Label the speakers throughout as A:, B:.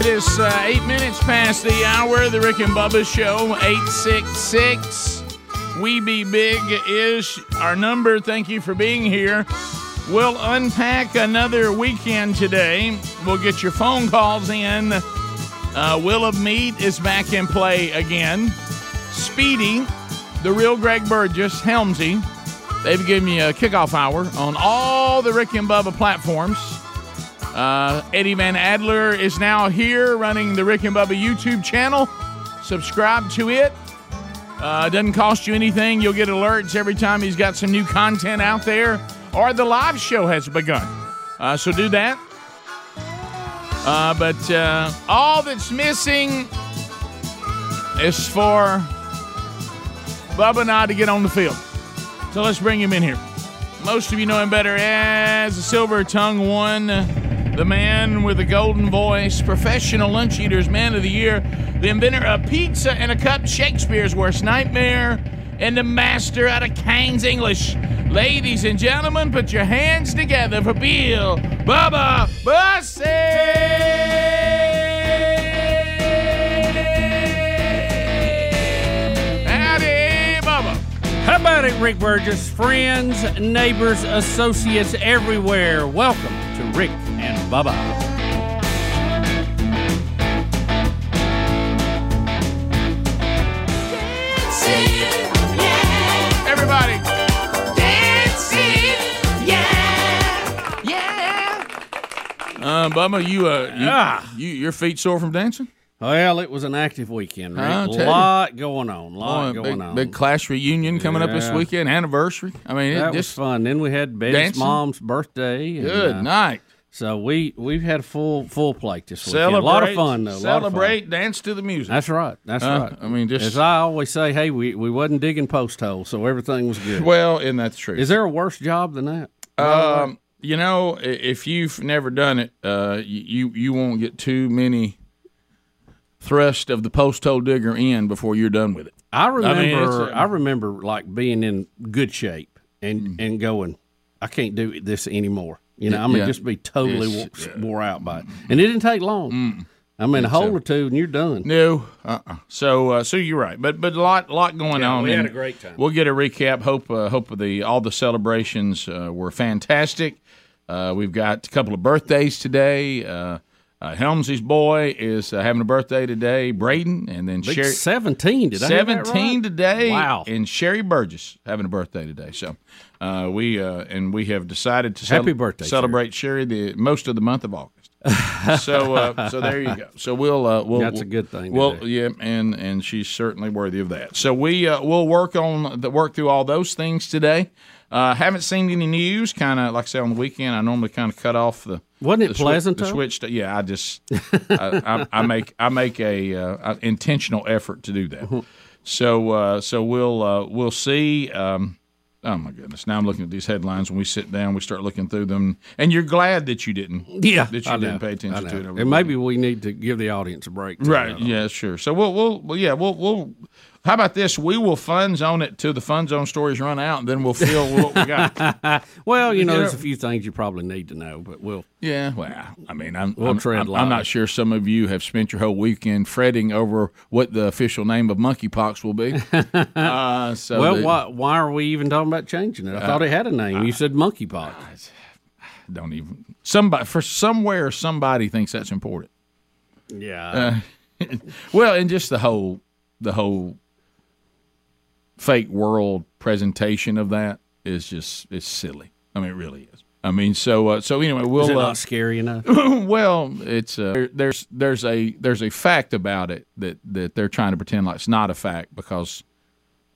A: It is uh, eight minutes past the hour of the Rick and Bubba show, 866. We Be Big is our number. Thank you for being here. We'll unpack another weekend today. We'll get your phone calls in. Uh, Will of Meat is back in play again. Speedy, the real Greg Burgess, Helmsy. They've given me a kickoff hour on all the Rick and Bubba platforms. Uh, Eddie Van Adler is now here running the Rick and Bubba YouTube channel. Subscribe to it. Uh, doesn't cost you anything. You'll get alerts every time he's got some new content out there or the live show has begun. Uh, so do that. Uh, but uh, all that's missing is for Bubba and I to get on the field. So let's bring him in here. Most of you know him better as the Silver Tongue One, the man with the golden voice, professional lunch eaters, man of the year, the inventor of pizza and a cup, Shakespeare's worst nightmare, and the master out of King's English. Ladies and gentlemen, put your hands together for Bill Bubba Bussy. Howdy, Bubba.
B: How about it, Rick Burgess? Friends, neighbors, associates everywhere, welcome to Rick and Bubba.
A: Everybody. Uh, Bubba, you, uh, you,
B: Ah.
A: you, your feet sore from dancing?
B: Well, it was an active weekend,
A: I'll
B: right?
A: tell you.
B: A lot going on,
A: Oh,
B: lot
A: a
B: going
A: big,
B: on.
A: big class reunion coming up this
B: Yeah.
A: weekend, anniversary. I mean, it
B: that was
A: just
B: fun. Then we had Betty's
A: Dancing.
B: mom's birthday. and,
A: good
B: uh,
A: night.
B: So we we've had full full plate this weekend. A lot of fun though. a lot of fun.
A: Celebrate, dance to the music.
B: That's right. That's
A: Uh,
B: right.
A: I mean, just-
B: as I always say, hey, we, we wasn't digging post holes, so everything was good.
A: well, and that's true.
B: Is there a worse job than that?
A: Um, you know, i- if you've never done it, uh, y- you you won't get too many thrust of the post hole digger in before you're done with it.
B: I remember. I,
A: mean, it's a-
B: remember like being in good shape and and going, I can't do this anymore. You know, I mean,
A: Mm. Yeah.
B: just be totally wo-
A: It's- Mm.
B: wore out by it, and it didn't take long. I mean, a hole or two, and you're done.
A: No, uh, uh so uh, so you're right, but but a lot lot going on.
B: we had
A: and
B: a great time.
A: We'll get a recap. Hope uh, hope the all the celebrations uh, were fantastic. Uh, we've got a couple of birthdays today. Uh, uh, Helmsy's boy is uh, having a birthday today, Braden, and then
B: Big
A: Sherry.
B: Seventeen. Did I hear that right?
A: 17 today.
B: Wow.
A: And Sherry Burgess having a birthday today. So uh, we uh, and we have decided to
B: Happy birthday,
A: celebrate Sherry. the most of the month of August. so uh, so there you go. So we'll uh, we'll
B: That's a good thing to
A: Well,
B: do.
A: yeah, and and she's certainly worthy of that. So we uh, we'll work on the work through all those things today. Uh, haven't seen any news. Kind of like I say on the weekend, I normally kind of cut off the
B: Wasn't it
A: the swi-
B: pleasant?
A: the
B: though?
A: switch to- yeah, I just I, I, I make I make a, uh, a intentional effort to do
B: Uh-huh.
A: that. So uh, so we'll uh, we'll see. Um, oh my goodness! Now I'm looking at these headlines. When we sit down, we start looking through them, and you're glad that you didn't.
B: Yeah,
A: that you
B: I
A: didn't
B: know,
A: pay attention
B: I
A: to it
B: know.
A: over the
B: And maybe we need to give the audience a break. too.
A: Right. Yeah. Sure. So we'll we'll well, yeah we'll we'll. How about this? We will fun zone it till the fun zone stories run out, and then we'll fill what we got.
B: Well, you know,
A: Yeah.
B: there's a few things you probably need to know, but we'll.
A: Yeah, well, I mean, I'm
B: We'll
A: I'm,
B: tread
A: I'm,
B: light.
A: I'm not sure some of you have spent your whole weekend fretting over what the official name of monkeypox will be. uh, so
B: Well,
A: the- Uh,
B: why why are we even talking about changing it? I thought it had a name. you said monkeypox.
A: don't even somebody for somewhere somebody thinks that's important.
B: Yeah.
A: uh, Well, and just the whole the whole fake world presentation of that is just it's silly. I mean, it really is. I mean, so uh, so anyway, we'll
B: Is it
A: uh,
B: not scary enough?
A: well, it's uh, there- there's there's a there's a fact about it that that they're trying to pretend like it's not a fact because,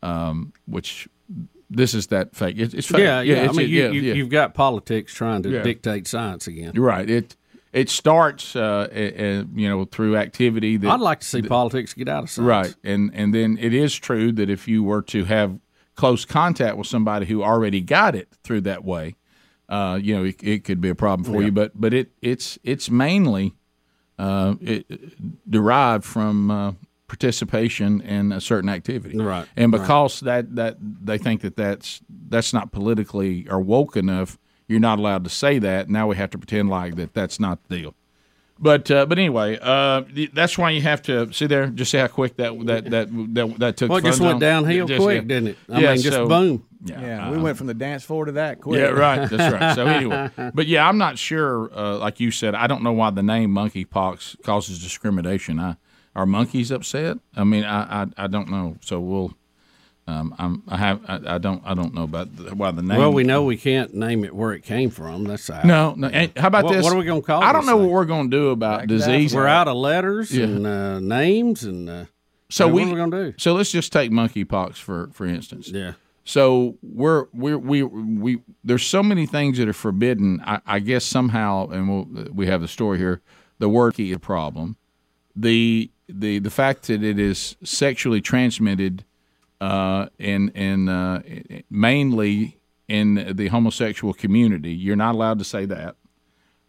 A: um, which this is that fake. It, it's fake.
B: yeah, yeah. I
A: it's-
B: mean, you,
A: yeah,
B: you,
A: yeah.
B: you've got politics trying to
A: Yeah.
B: dictate science again.
A: You're right. It it starts, uh, a- a- you know, through activity that
B: I'd like to see politics get out of science.
A: right, and and then it is true that if you were to have close contact with somebody who already got it through that way, uh, you know, it, it could be a problem for you. But but it it's it's mainly uh, it, derived from. Uh, participation in a certain activity
B: Right,
A: and because that that they think that that's that's not politically or woke enough you're not allowed to say that now we have to pretend like that that's not the deal but uh, but anyway, uh, th- that's why you have to see there. Just see how quick that that that that, that took.
B: Well, it
A: the
B: just
A: funds
B: went
A: on.
B: downhill
A: Just-
B: quick,
A: yeah.
B: didn't it? I
A: Yeah,
B: mean, just
A: so-
B: boom.
C: Yeah, we went from the dance floor to that quick.
A: Yeah, right. That's right. So anyway, but yeah, I'm not sure. Uh, like you said, I don't know why the name monkeypox causes discrimination. I, are monkeys upset? I mean, I I, I don't know. So we'll. Um, I'm, I have I, I don't I don't know about the, why the name.
B: Well, we know we can't name it where it came from. That's out.
A: no no. And how about
B: What-
A: this?
B: what are we gonna call
A: I don't
B: this
A: know
B: thing?
A: what we're going to do about disease.
B: We're out of letters and uh, names and uh,
A: So
B: What
A: we,
B: are we gonna do?
A: So let's just take monkeypox for for instance.
B: yeah.
A: So we're we're we we there's so many things that are forbidden. I, I guess somehow, and we'll, we have the story here. The word key is a problem. The the the fact that it is sexually transmitted, uh, in in uh, mainly in the homosexual community, you're not allowed to say that.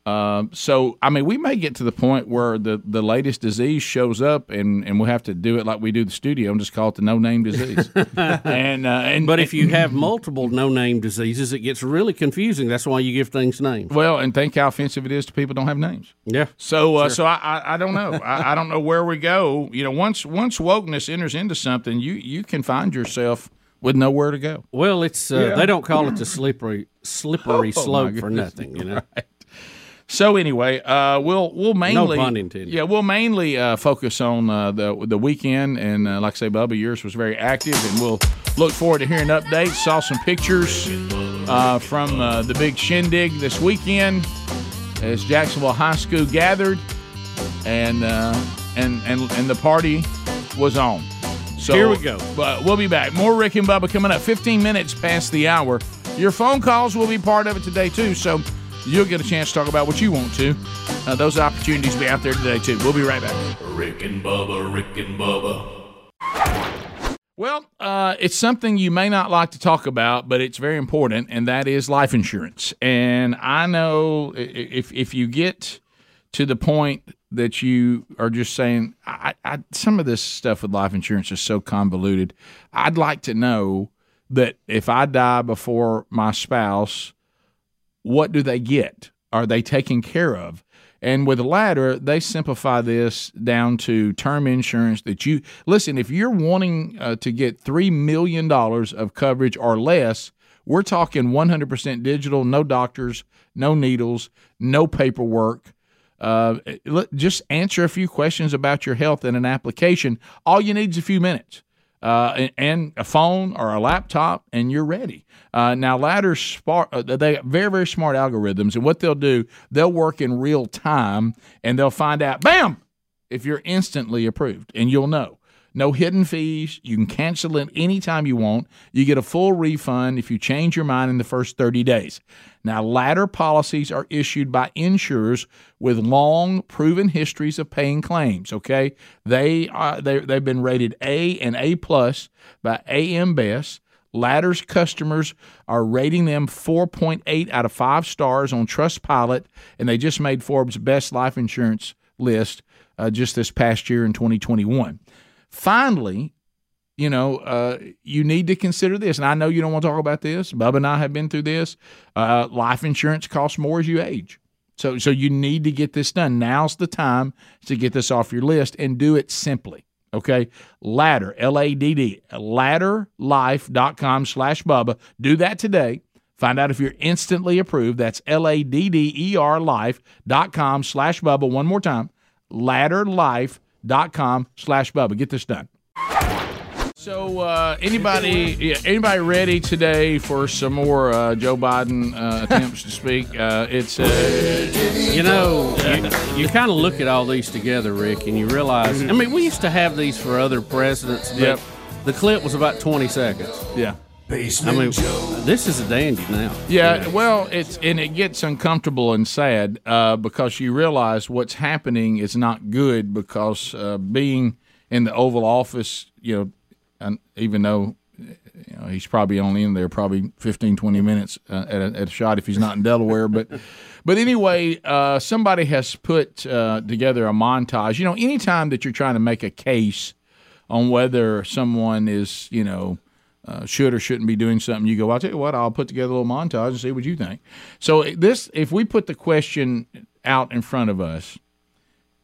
A: Um, so I mean, we may get to the point where the, the latest disease shows up, and, and we'll have to do it like we do the studio, and just call it the no name disease. and uh, and
B: But if you have multiple no-name diseases, it gets really confusing. That's why you give things names.
A: Well, and think how offensive it is to people who don't have names.
B: Yeah.
A: So, uh, so I, I, I don't know. I, I don't know where we go. You know, once once wokeness enters into something, you you can find yourself with nowhere to go.
B: Well, it's uh, they don't call it the slippery slippery slope for
A: Oh, goodness.
B: nothing. You know.
A: So anyway, uh, we'll we'll mainly
B: pun intended.
A: Yeah, we'll mainly uh, focus on uh, the the weekend, and uh, like I say, Bubba, yours was very active, and we'll look forward to hearing updates. Saw some pictures uh, from uh, the big shindig this weekend as Jacksonville High School gathered, and uh, and and and the party was on. So
B: Here we go.
A: But we'll be back. More Rick and Bubba coming up. 15 minutes past the hour. Your phone calls will be part of it today too. So you'll get a chance to talk about what you want to. Uh, those opportunities will be out there today too. We'll be right back.
D: Rick and Bubba, Rick and Bubba,
A: Well, uh, it's something you may not like to talk about, but it's very important, and that is life insurance. And I know i- i- if if you get to the point that you are just saying, I, I, some of this stuff with life insurance is so convoluted. I'd like to know that if I die before my spouse, what do they get? Are they taken care of? And with the latter, they simplify this down to term insurance that you listen, if you're wanting uh, to get $3 million of coverage or less, we're talking 100% digital, no doctors, no needles, no paperwork. Uh, l- just answer a few questions about your health in an application. All you need is a few minutes uh, and, and a phone or a laptop, and you're ready. Uh, now, Ladder's smart. Uh, they got very very smart algorithms, and what they'll do, they'll work in real time, and they'll find out, bam, if you're instantly approved, and you'll know. No hidden fees. You can cancel it anytime you want. You get a full refund if you change your mind in the first 30 days. Now, ladder policies are issued by insurers with long proven histories of paying claims. Okay, they are they they've been rated A and A plus by AM Best. Ladder's customers are rating them 4.8 out of 5 stars on Trustpilot, and they just made Forbes' best life insurance list uh, just this past year in 2021. Finally, you know, uh, you need to consider this. And I know you don't want to talk about this. Bubba and I have been through this. Uh, life insurance costs more as you age. So, so you need to get this done. Now's the time to get this off your list and do it simply. Okay. Ladder, L A D D, ladderlife.com slash Bubba. Do that today. Find out if you're instantly approved. That's L-A-D-D-E-R life.com slash Bubba. One more time, ladderlife.com slash Bubba. Get this done. So uh, anybody yeah, anybody ready today for some more uh, Joe Biden uh, attempts to speak? Uh, it's uh,
B: You know, you, you kind of look at all these together, Rick, and you realize. I mean, we used to have these for other presidents, but
A: Yep.
B: the clip was about 20 seconds.
A: yeah.
B: I mean, this is a dandy now.
A: Yeah, well, it's and it gets uncomfortable and sad uh, because you realize what's happening is not good because uh, being in the Oval Office, you know, and even though you know, he's probably only in there probably 15, 20 minutes uh, at, a, at a shot if he's not in Delaware. But but anyway, uh, somebody has put uh, together a montage. You know, anytime that you're trying to make a case on whether someone is, you know, uh, should or shouldn't be doing something, you go, I'll tell you what, I'll put together a little montage and see what you think. So this, if we put the question out in front of us,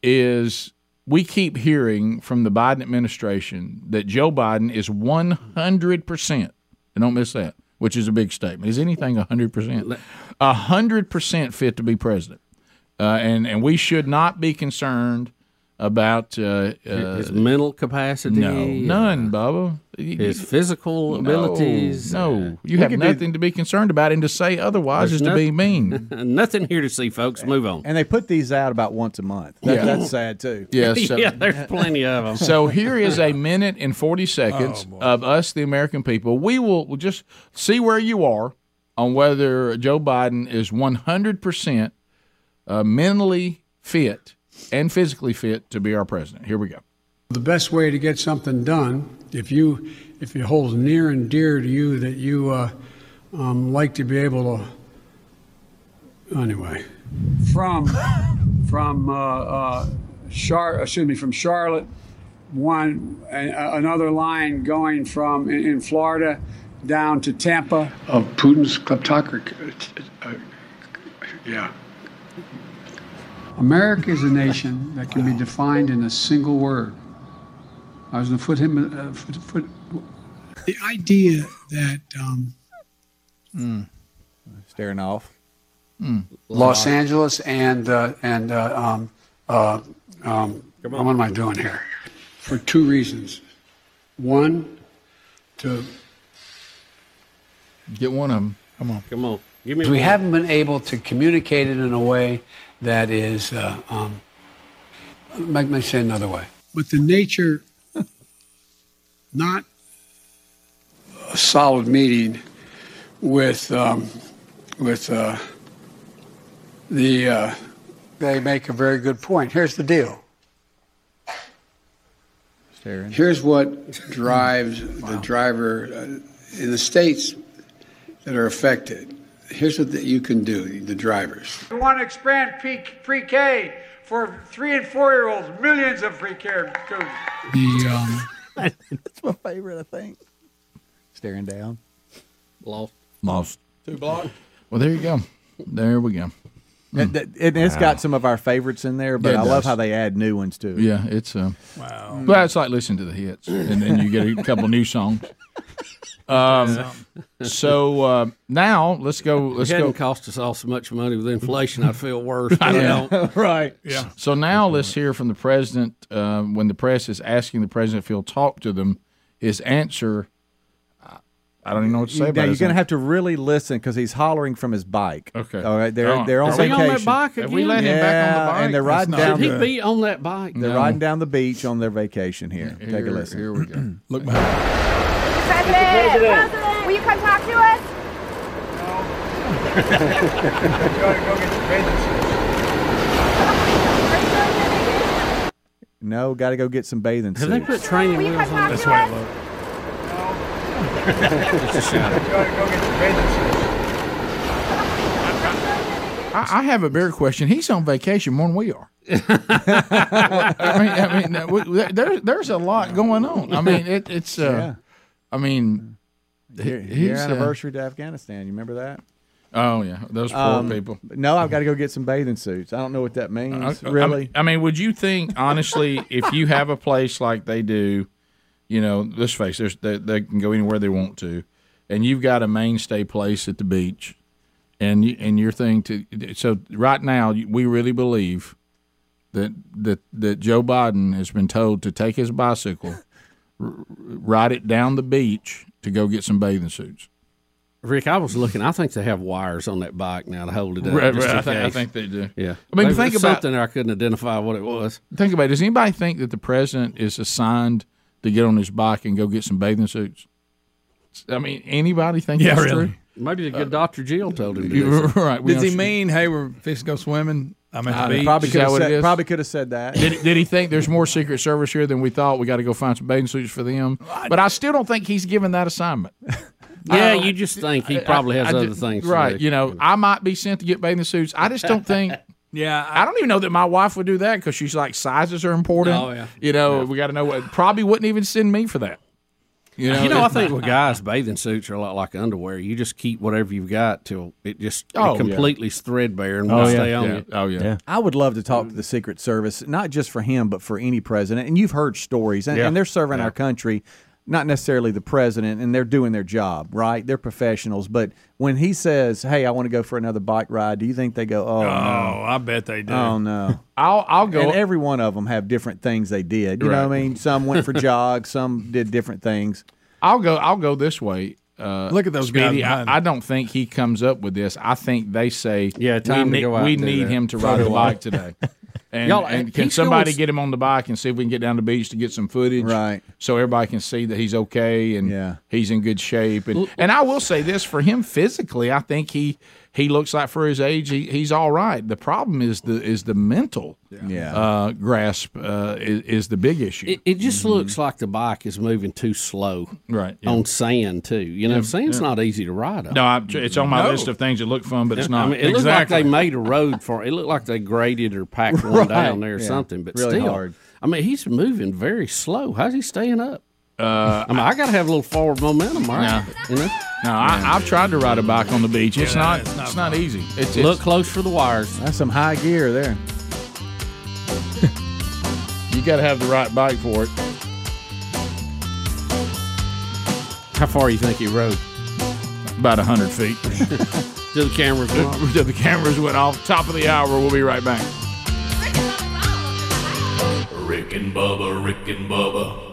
A: is we keep hearing from the Biden administration that Joe Biden is 100%, and don't miss that, which is a big statement. Is anything 100%? 100% fit to be president. Uh, and, and we should not be concerned about uh, uh,
B: His mental capacity.
A: no, none, Bubba. You-
B: His
A: you-
B: physical abilities. uh,
A: No, no. you have
C: could do-
A: nothing to be concerned about, and to say otherwise
B: There's
A: is to be
B: noth-
A: mean.
B: Nothing here to see, folks. Move on.
C: And they put these out about once a month. That,
A: Yeah.
C: That's sad too.
A: Yeah, so,
B: yeah, there's plenty of them.
A: so here is a minute and 40 seconds of us, the American people. We will we'll just see where you are on whether Joe Biden is 100% uh, mentally fit and physically fit to be our president. Here we go.
E: The best way to get something done, if you, if it holds near and dear to you that you uh, um, like to be able to, anyway. From, from uh, uh, Char, excuse me, from Charlotte, one a, a- another line going from in, in Florida down to Tampa. Of Putin's kleptocracy, yeah. America is a nation that can be defined in a single word. I was going to put him. Uh, foot, foot. The idea that um,
C: Staring off.
E: Los Angeles and uh, and uh, um, uh, um, what am I doing here? For two reasons. One, to
A: Get one of them. Come on.
B: Come on. Give me
E: we
B: one.
E: haven't been able to communicate it in a way that is. Uh, um, make me say another way. But the nature, not a solid meeting with um, with uh, the. Uh, they make a very good point. Here's the deal.
C: Staring.
E: Here's what drives the driver uh, in the states that are affected. Here's what that you can do, the drivers.
F: We want to expand pre- pre-K for three and four-year-olds, millions of pre-K students.
E: The um,
C: It's my favorite, I think. Staring down.
B: Lost.
A: Lost. Two blocks. Well, there you go. There we go.
C: And, that- and it's got some of our favorites in there, but
A: Yeah, it
C: I love
A: does.
C: how they add new ones too.
A: Yeah, it's um, wow. Well, it's like listening to the hits, and then you get a couple new songs. Um, so uh, now let's go.
B: It
A: Let's go.
B: hadn't cost us all so much money with inflation, I'd feel worse. I don't.
C: right.
A: So now let's hear from the president uh, when the press is asking the president if he'll talk to them. His answer, I- I don't even know what to say
C: Now you're
A: about.
C: going
A: his
C: to
A: answer.
C: have to really listen because he's hollering from his bike.
A: Okay.
C: All right. They're
A: Oh,
C: they're on
A: are we
B: He on
C: vacation.
B: that bike
A: Have
B: again?
A: we let him back on the
C: Yeah,
A: bike?
C: and they're riding
A: That's not
C: down
B: Should he
C: the-
B: be on that bike?
C: They're riding down the beach on their vacation here. Take a
A: Here-
C: listen.
A: Here we go.
G: President, President, will you come talk to us?
C: No, got to go get some bathing
B: Have they
C: suits.
B: put training
G: Will you
B: wheels
G: come
B: on
G: talk
B: this?
G: to us?
A: I, I have a bigger question. He's on vacation more than we are. I mean, I mean, uh, we- there- there's there's a lot going on. I mean, it, it's. Uh,
C: Yeah.
A: I mean,
C: Your, your
A: he's, uh,
C: anniversary to Afghanistan. You remember that?
A: oh yeah, those poor
C: Um,
A: people.
C: No, I've got to go get some bathing suits. I don't know what that means.
A: I- I-
C: really?
A: I, mean, would you think honestly, if you have a place like they do, you know, let's face, it, there's, they, they can go anywhere they want to. and you've got a mainstay place at the beach, and you, and your thing to so right now we really believe that that that Joe Biden has been told to take his bicycle, r- ride it down the beach to go get some bathing suits.
B: Rick, I was looking. I think they have wires on that bike now to hold it up.
A: Right,
B: just
A: right.
B: in
A: I, think, I
B: case.
A: think they do.
B: Yeah.
A: I mean,
B: Maybe
A: think
B: it's
A: about
B: something I couldn't identify what it was.
A: think about. It. Does anybody think that the president is assigned to get on his bike and go get some bathing suits? I mean, anybody think
H: Yeah,
A: that's
H: really.
A: true?
B: Maybe the good Dr. Jill told him to do
A: You're
B: something.
A: right. We
H: Does he
A: don't-
H: mean, hey, we're fixing to go swimming? I'm at the
A: I
H: beach.
C: Probably
A: Is
C: could
A: that
C: have
A: what it
C: said,
A: is?
C: probably could have said that.
A: Did, did he think there's more Secret Service here than we thought? We got to go find some bathing suits for them. But I still don't think he's given that assignment.
B: Yeah,
A: don't-
B: you just think he probably has
A: I
B: other
A: ju-
B: things. to
A: right?
B: do.
A: You know, I might be sent to get bathing suits. I just don't think.
H: Yeah, I,
A: I don't even know that my wife would do that because she's like sizes are important.
B: Oh, yeah.
A: You know, we got to know what. Probably wouldn't even send me for that. You know,
B: You know, I think with guys, bathing suits are a lot like underwear. You just keep whatever you've got till it just it
A: Oh, yeah.
B: completely is threadbare and will
H: yeah.
B: stay on
A: Yeah.
B: you.
A: Oh yeah.
H: Yeah.
C: I would love to talk to the Secret Service, not just for him, but for any president. And you've heard stories, and, and they're serving our country, not necessarily the president, and they're doing their job, right? They're professionals. But when he says, "Hey, I want to go for another bike ride," do you think they go, "Oh, no,
H: oh, I bet they do.
C: oh no"?
A: I'll I'll go.
C: and every one of them have different things they did. You know what I mean? Some went for jogs, some did different things.
A: I'll go. I'll go this way. Uh,
H: Look at those
A: Speedy,
H: guys behind
A: I, I
H: him.
A: don't think he comes up with this. I think they say,
B: Yeah,
A: we
B: time to
A: need,
B: go out
A: we
B: and do
A: need
B: that.
A: him to ride the bike today." And,
B: Y'all,
A: and
B: he's
A: can
B: going
A: somebody
B: s-
A: get him on the bike and see if we can get down the beach to get some footage,
C: Right.
A: So everybody can see that he's okay and
C: Yeah.
A: he's in good shape. And and I will say this for him physically, I think he he looks like for his age he, he's all right. The problem is the is the mental
C: Yeah.
A: uh, grasp uh, is, is the big issue,
B: It, it just looks like the bike is moving too slow
A: right? yeah.
B: on sand too. You know, sand's not easy to ride on.
A: No, I, it's on my
H: No.
A: list of things that look fun, but it's not.
B: I mean, it looked like they made a road for it. Looked like they graded or packed one down there or something. But
C: Really
B: still,
C: hard.
B: I mean, he's moving very slow. How's he staying up? Uh, I mean, I got to have a little forward momentum, right? You know,
A: No, I, I've tried to ride a bike on the beach. It's
H: Yeah,
A: not.
H: it's
A: It's
H: not
A: not, easy. It's
B: look
A: look.
B: close for the wires.
C: That's some high gear there.
A: you got to have the right bike for it.
B: How far you think he rode?
A: About hundred feet.
B: To the camera.
A: the cameras went off. Top of the hour. We'll be right back.
D: Rick and Bubba, Rick and Bubba,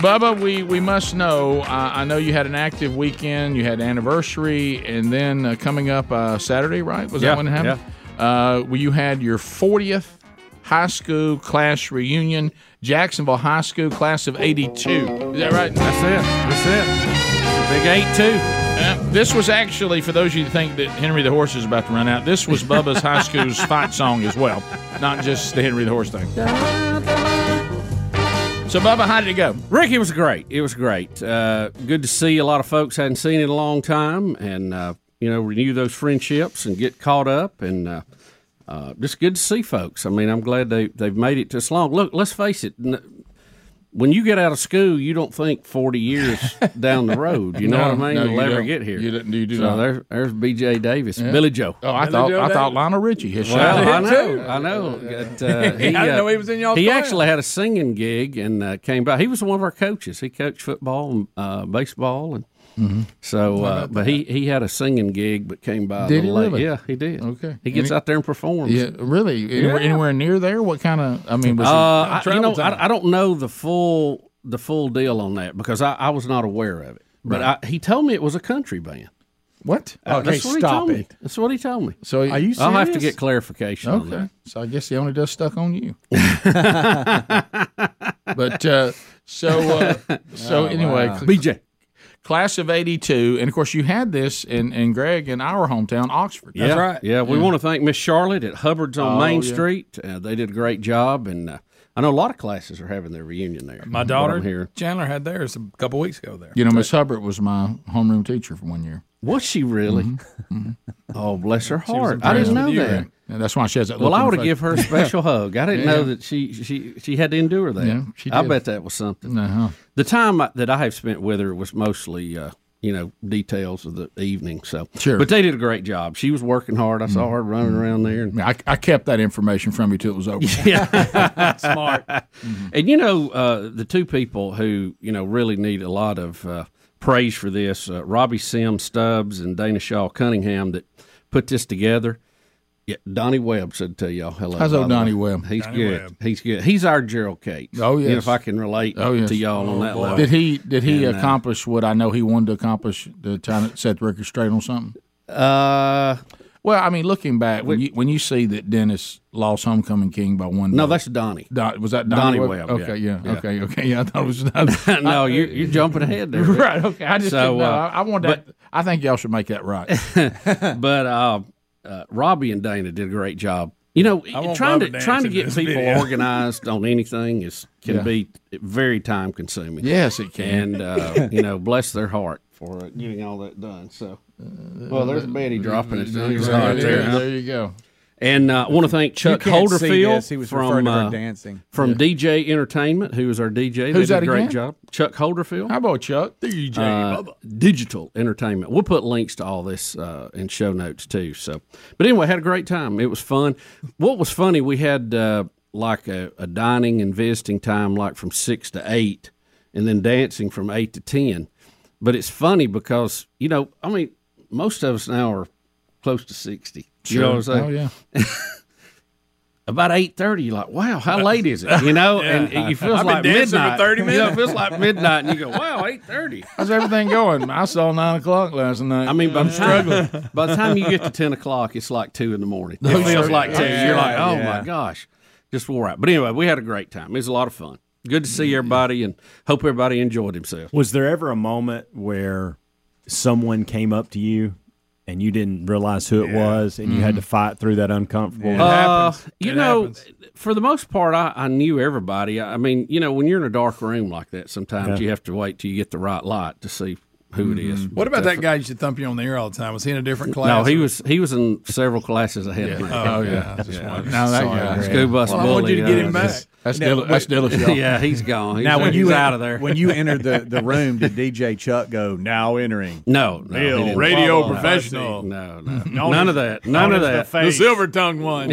A: Bubba, we we must know. Uh, I know you had an active weekend. You had anniversary, and then uh, coming up uh, Saturday, right? Was
B: Yeah,
A: that when it happened? Uh, well, you had your fortieth high school class reunion, Jacksonville High School class of '82. Is that right?
B: That's it. That's it. Big eight two.
A: Uh, this was actually, for those of you who think that Henry the Horse is about to run out, this was Bubba's high school's fight song as well, not just the Henry the Horse thing. So, Bubba, how did it go?
B: Rick, it was great. It was great. Uh, good to see a lot of folks hadn't seen in a long time, and uh, you know renew those friendships and get caught up, and uh, uh, just good to see folks. I mean, I'm glad they they've made it this long. Look, let's face it. n- When you get out of school, you don't think 40 years down the road. You know
A: No,
B: what I mean?
A: no,
B: You'll
A: you
B: never
A: don't.
B: get here.
A: You don't- you do
B: so
A: not.
B: There's, there's B.J. Davis, Billy Joe.
A: Oh, I thought
H: do
A: I
H: that.
A: thought Lionel Richie. His shout
B: Well, I
A: out.
B: know, I know. That, uh, he,
H: I didn't
B: uh,
H: know he was in y'all's
B: He
H: choir.
B: actually had a singing gig and uh, came by. He was one of our coaches. He coached football and uh, baseball, and
A: Mm-hmm.
B: so. Uh, but he he had a singing gig, but came by. a
A: Did
B: little
A: he
B: late.
A: really?
B: Yeah, he did.
A: Okay.
B: he gets
A: Any-
B: out there and performs.
A: Yeah, really? Anywhere, anywhere near there? What kind of? I mean, was
B: Uh,
A: it,
B: I, you know, I, I don't know the full the full deal on that because I, I was not aware of it. But I, he told me it was a country band.
A: what?
B: Uh,
C: Okay,
B: That's what he
C: stop
B: told me.
C: it.
B: That's what he told me.
A: So
C: Are you
B: I'll have to
C: serious?
B: get clarification. on that.
A: Oh, Okay. So I guess the only does stuck on you. but uh, so uh, so anyway,
B: BJ.
A: class of 82 and of course you had this in, in greg in our hometown oxford
B: Yeah,
H: right. Mm.
B: Yeah, we want to thank Miss Charlotte at Hubbard's on
A: Oh,
B: Main
A: yeah.
B: Street. Uh, they did a great job, and uh, I know a lot of classes are having their reunion there.
H: My
B: But I'm
H: daughter
B: here.
H: Chandler had theirs a couple weeks ago. There,
A: you know miss hubbard was my homeroom teacher for one year
B: Was she really?
A: Mm-hmm.
B: Oh, bless her heart! I
H: impressed
B: didn't know
H: with you,
B: that.
H: Rick.
A: And that's why she has that
B: Well,
A: look
B: I
A: on
B: would
A: her
B: have
A: face.
B: give her a special hug. I didn't know that she she she had to endure that.
A: Yeah, she
B: I
A: did.
B: bet that was something.
A: uh-huh.
B: The time I, that I have spent with her was mostly uh, you know details of the evening. So
A: Sure. Mm-hmm.
B: but they did a great job. She was working hard. I saw her running around there. and-
A: I, mean, I, I kept that information from you till it was over.
B: yeah, smart. And you know, uh, the two people who you know really need a lot of uh, praise for this, uh, Robbie Sim Stubbs and Dana Shaw Cunningham, that put this together. Yeah, Donnie Webb said to y'all hello.
A: How's
B: by
A: old
B: the way.
A: Donnie Webb?
B: He's
H: Donnie
B: good.
H: Webb.
B: He's good. He's our Gerald Cates.
A: Oh,
B: You know,
A: yes.
B: if I can relate
A: Oh, yes.
B: to y'all on that level.
A: Did he did he accomplish what I know he wanted to accomplish to try to set the record straight on something?
B: Uh,
A: Well, I mean, looking back, when you when you see that Dennis lost Homecoming King by one,
B: no,
A: vote-
B: that's Donnie.
A: Don, was that
B: Donnie
A: Donnie, Webb?
B: Webb,
A: Okay,
B: yeah.
A: yeah.
B: Yeah.
A: okay, okay, yeah. I thought it was not,
B: no, you're, you're jumping ahead there. Rick.
A: right. Okay, I just
B: So,
A: didn't know.
B: uh,
A: I, I want that. I think y'all should make that right.
B: but uh, uh, Robbie and Dana did a great job. You know,
H: want
B: trying to
H: Robbie
B: trying to
H: dancing in
B: get
H: this
B: people
H: video.
B: organized on anything is can
A: Yeah.
B: be very time consuming.
A: yes, it can.
B: and uh, you know, bless their heart for uh, getting all that done. So, well, there's Betty dropping it.
A: There,
B: It's hot there, huh?
A: you go.
B: And uh, I want to thank Chuck
C: You can't see
B: Holderfield
C: this. He was
B: from
C: referring to her
B: uh,
C: dancing.
B: from DJ Entertainment, who is our
A: Who's
B: DJ. they did
A: that
B: a great
A: again?
B: job. Chuck Holderfield.
A: How about Chuck?
B: uh, digital entertainment. We'll put links to all this uh, in show notes too. So, but anyway, had a great time. It was fun. What was funny, we had uh, like a, a dining and visiting time, like from six to eight, and then dancing from eight to ten. But it's funny because you know, I mean, most of us now are close to sixty. You know what I'm saying?
A: Oh yeah.
B: About eight thirty, you're like, "Wow, how late is it?" You know, and it, it feels
H: Uh, I've been
B: like
H: dancing for
B: midnight.
H: 30
B: You know, it feels like midnight, and you go, "Wow, eight 30.
A: How's everything going? I saw nine o'clock last night.
B: I mean, by the time by the time you get to ten o'clock, it's like two in the morning. It feels like ten. You're like, oh my gosh, just wore out. But anyway, we had a great time. It was a lot of fun. Good to
H: Mm-hmm.
B: see everybody, and hope everybody enjoyed himself.
I: Was there ever a moment where someone came up to you and you didn't realize who it was and you
A: Mm-hmm.
I: had to fight through that uncomfortable?
B: Uh,
H: happens.
B: you
H: It
B: know,
H: happens.
B: for the most part, I, I knew everybody. I, I mean, you know, when you're in a dark room like that, sometimes you have to wait till you get the right light to see who it is.
H: What about that guy used to thump you on the ear all the time? Was he in a different
B: No,
H: class?
B: he
H: or-
B: was he was in several classes ahead of me.
H: Oh yeah, I just wondered.
A: now that guy.
B: School bus
H: I wanted you to
B: bully,
H: get him
B: uh,
H: back.
B: just-
A: That's Dillis. That's Dillis. y'all.
B: Yeah, he's gone. He's,
C: Now, when
B: he's
C: you
B: out of there.
C: when you entered the, the room, did DJ Chuck go now entering?
B: No, no, he didn't.
H: radio professional,
B: No, no, none of that. None of that.
H: the silver tongued one.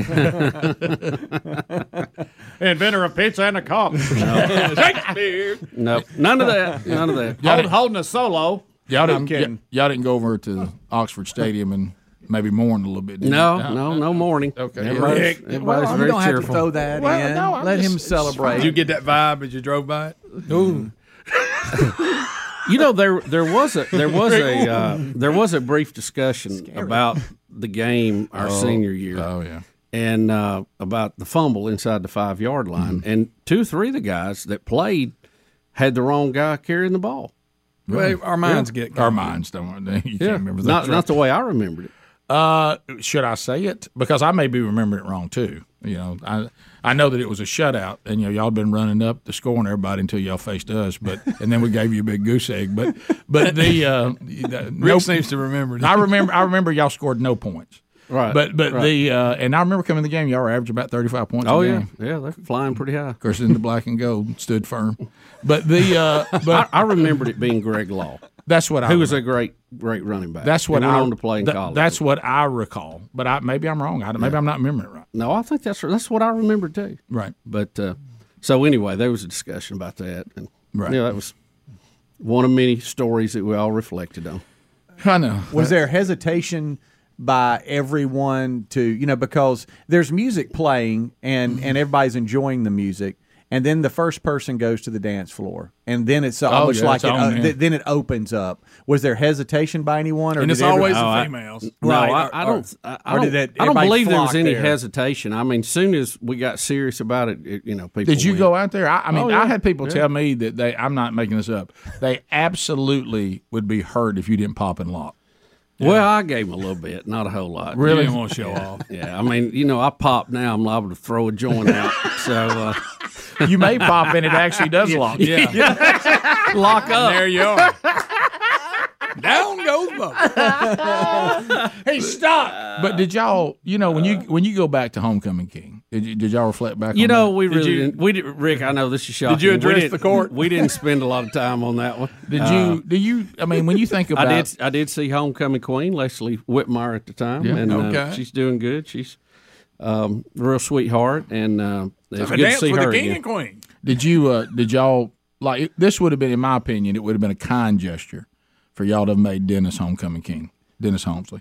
I: Inventor of pizza and a cup.
H: Shakespeare.
B: No, none of that. None of that.
A: Y'all, didn't-
I: holding a solo.
A: y'all didn't.
C: kidding.
A: y- y'all didn't go over to Oxford Stadium and maybe mourn a little bit. did
B: No,
A: you?
B: no, no morning.
A: Okay.
B: Everybody's,
A: Yeah.
B: everybody's
C: you
B: very
C: don't have to
B: cheerful.
C: throw that
A: Well,
C: in.
A: no, I'm
C: Let
A: just-
C: him
A: it's
C: celebrate.
H: Did you get that vibe as you drove by it? Ooh,
B: You know there there was a there was a uh, there was a brief discussion about the game our senior year.
A: Oh yeah.
B: and uh, about the fumble inside the five yard line.
A: Mm-hmm.
B: And two, or three of the guys that played had the wrong guy carrying the ball.
H: well, our minds get
A: Our minds don't. You can't remember that.
B: Not not the way I remembered it.
A: Uh, should I say it? Because I may be remembering it wrong too. You know, I I know that it was a shutout, and you know y'all been running up the score on everybody until y'all faced us, but and then we gave you a big goose egg. But but the uh, the-
H: Rick
A: no,
H: seems to remember.
A: I remember I remember y'all scored no points.
B: Right,
A: But but the uh, and I remember coming to the game, y'all were averaging about thirty five points.
B: Oh
A: a
B: yeah,
A: game.
B: yeah, they're flying pretty high.
A: Of course, then the black and gold stood firm. But the uh,
B: I,
A: but
B: I remembered it being Greg Law,
A: that's what I
B: who was
A: remember.
B: a great great running back.
A: that's what
B: He went
A: I
B: on to play in
A: th-
B: college.
A: That's what I recall. But I maybe I'm wrong. I, maybe I'm not remembering it right.
B: no, I think that's that's what I remember too.
A: Right.
B: But uh, so anyway, there was a discussion about that, and
A: Right.
B: you know, that was one of many stories that we all reflected on.
A: I know.
C: Was there hesitation by everyone to you know because there's music playing and and everybody's enjoying the music. And then the first person goes to the dance floor, and then
B: Oh,
C: it's almost
A: yeah,
C: like
A: it's
C: it,
A: on,
C: uh,
A: yeah.
C: th- then it opens up. Was there hesitation by anyone, or
H: and
C: did
H: it's always
C: every- Oh,
H: the
B: I-
H: females.
C: Right,
B: No, I,
C: or-
B: I
C: or-
B: don't. I, I
C: or
B: don't,
C: did that-
B: I don't
C: everybody
B: believe there was
C: flock
B: any
C: there?
B: hesitation. I mean, soon as we got serious about it, it you know, people.
A: Did you
B: went.
A: go out there? I, I mean,
B: Oh, yeah.
A: I had people tell me that they. I'm not making this up. They absolutely would be hurt if you didn't pop and lock.
B: Well, I gave 'em a little bit, not a whole lot.
H: Really didn't want to show off.
B: Yeah, I mean, you know, I pop now. I'm liable to throw a joint out. So uh,
A: You may pop and it actually does lock.
H: Yeah,
B: lock up.
H: there you are. Down goes both of them.
F: he stopped.
A: But did y'all, you know, when you when you go back to Homecoming King, did, you, did y'all reflect back?
B: Uh. You
A: on
B: know,
A: that?
B: we really did not we did, Rick. I know this is shocking.
A: you
B: We
A: address
B: didn't-
A: the court?
B: We didn't spend a lot of time on that one. Uh,
A: Did you- Do you? I mean, when you think about,
B: I did. I did see homecoming queen Leslie Whitmire at the time,
A: Yeah.
B: and uh,
A: Okay.
B: she's doing good. She's um, a real sweetheart, and uh, it's
A: a
B: good to
A: dance
B: see
A: with the
B: her
A: king
B: again.
A: and queen. Did you? Uh, did y'all like it- this? Would have been, in my opinion, it would have been a kind gesture for y'all to have made Dennis homecoming king, Dennis Holmesley.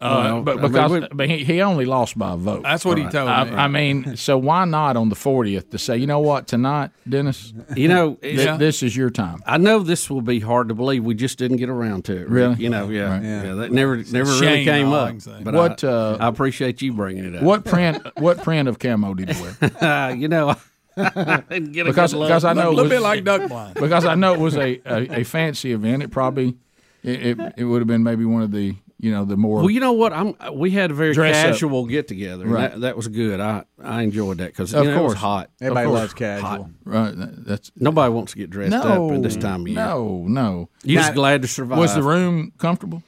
A: Uh,
H: Well,
A: but
H: I mean,
A: because
H: we-
A: but he, he only lost by a vote.
H: That's what he told
A: I,
H: me.
A: I mean, so why not on the fortieth to say, you know what, tonight, Dennis,
B: You know,
A: th-
B: it's-
A: this is your time.
B: I know this will be hard to believe. We just didn't get around to it. Rick.
A: Really?
B: You know, yeah,
A: Right.
B: yeah.
A: Yeah.
B: That never,
A: It's a
B: never really
A: shame,
B: came
A: all I
B: up.
A: can say.
B: But
A: What,
B: I,
A: uh,
B: I appreciate you bringing it up.
A: What print? what print of camo did you wear?
B: you know, I didn't get a
A: because
B: good look.
A: because I know it was-
H: blind.
A: Because I know it was a, a, a fancy event. It probably it, it, it would have been maybe one of the you know the more
B: Well, you know what? I'm. uh, We had a very
A: Dress up.
B: casual get together.
A: Right.
B: That, that was good. I I enjoyed that because
A: Of
B: you know, it was
A: course.
B: hot.
A: Everybody
B: Of course.
A: loves casual.
B: Hot.
A: Right. that- That's
B: nobody wants to get dressed
A: no
B: up at this time of year.
A: No, no.
B: You just glad to survive.
A: Was the room comfortable?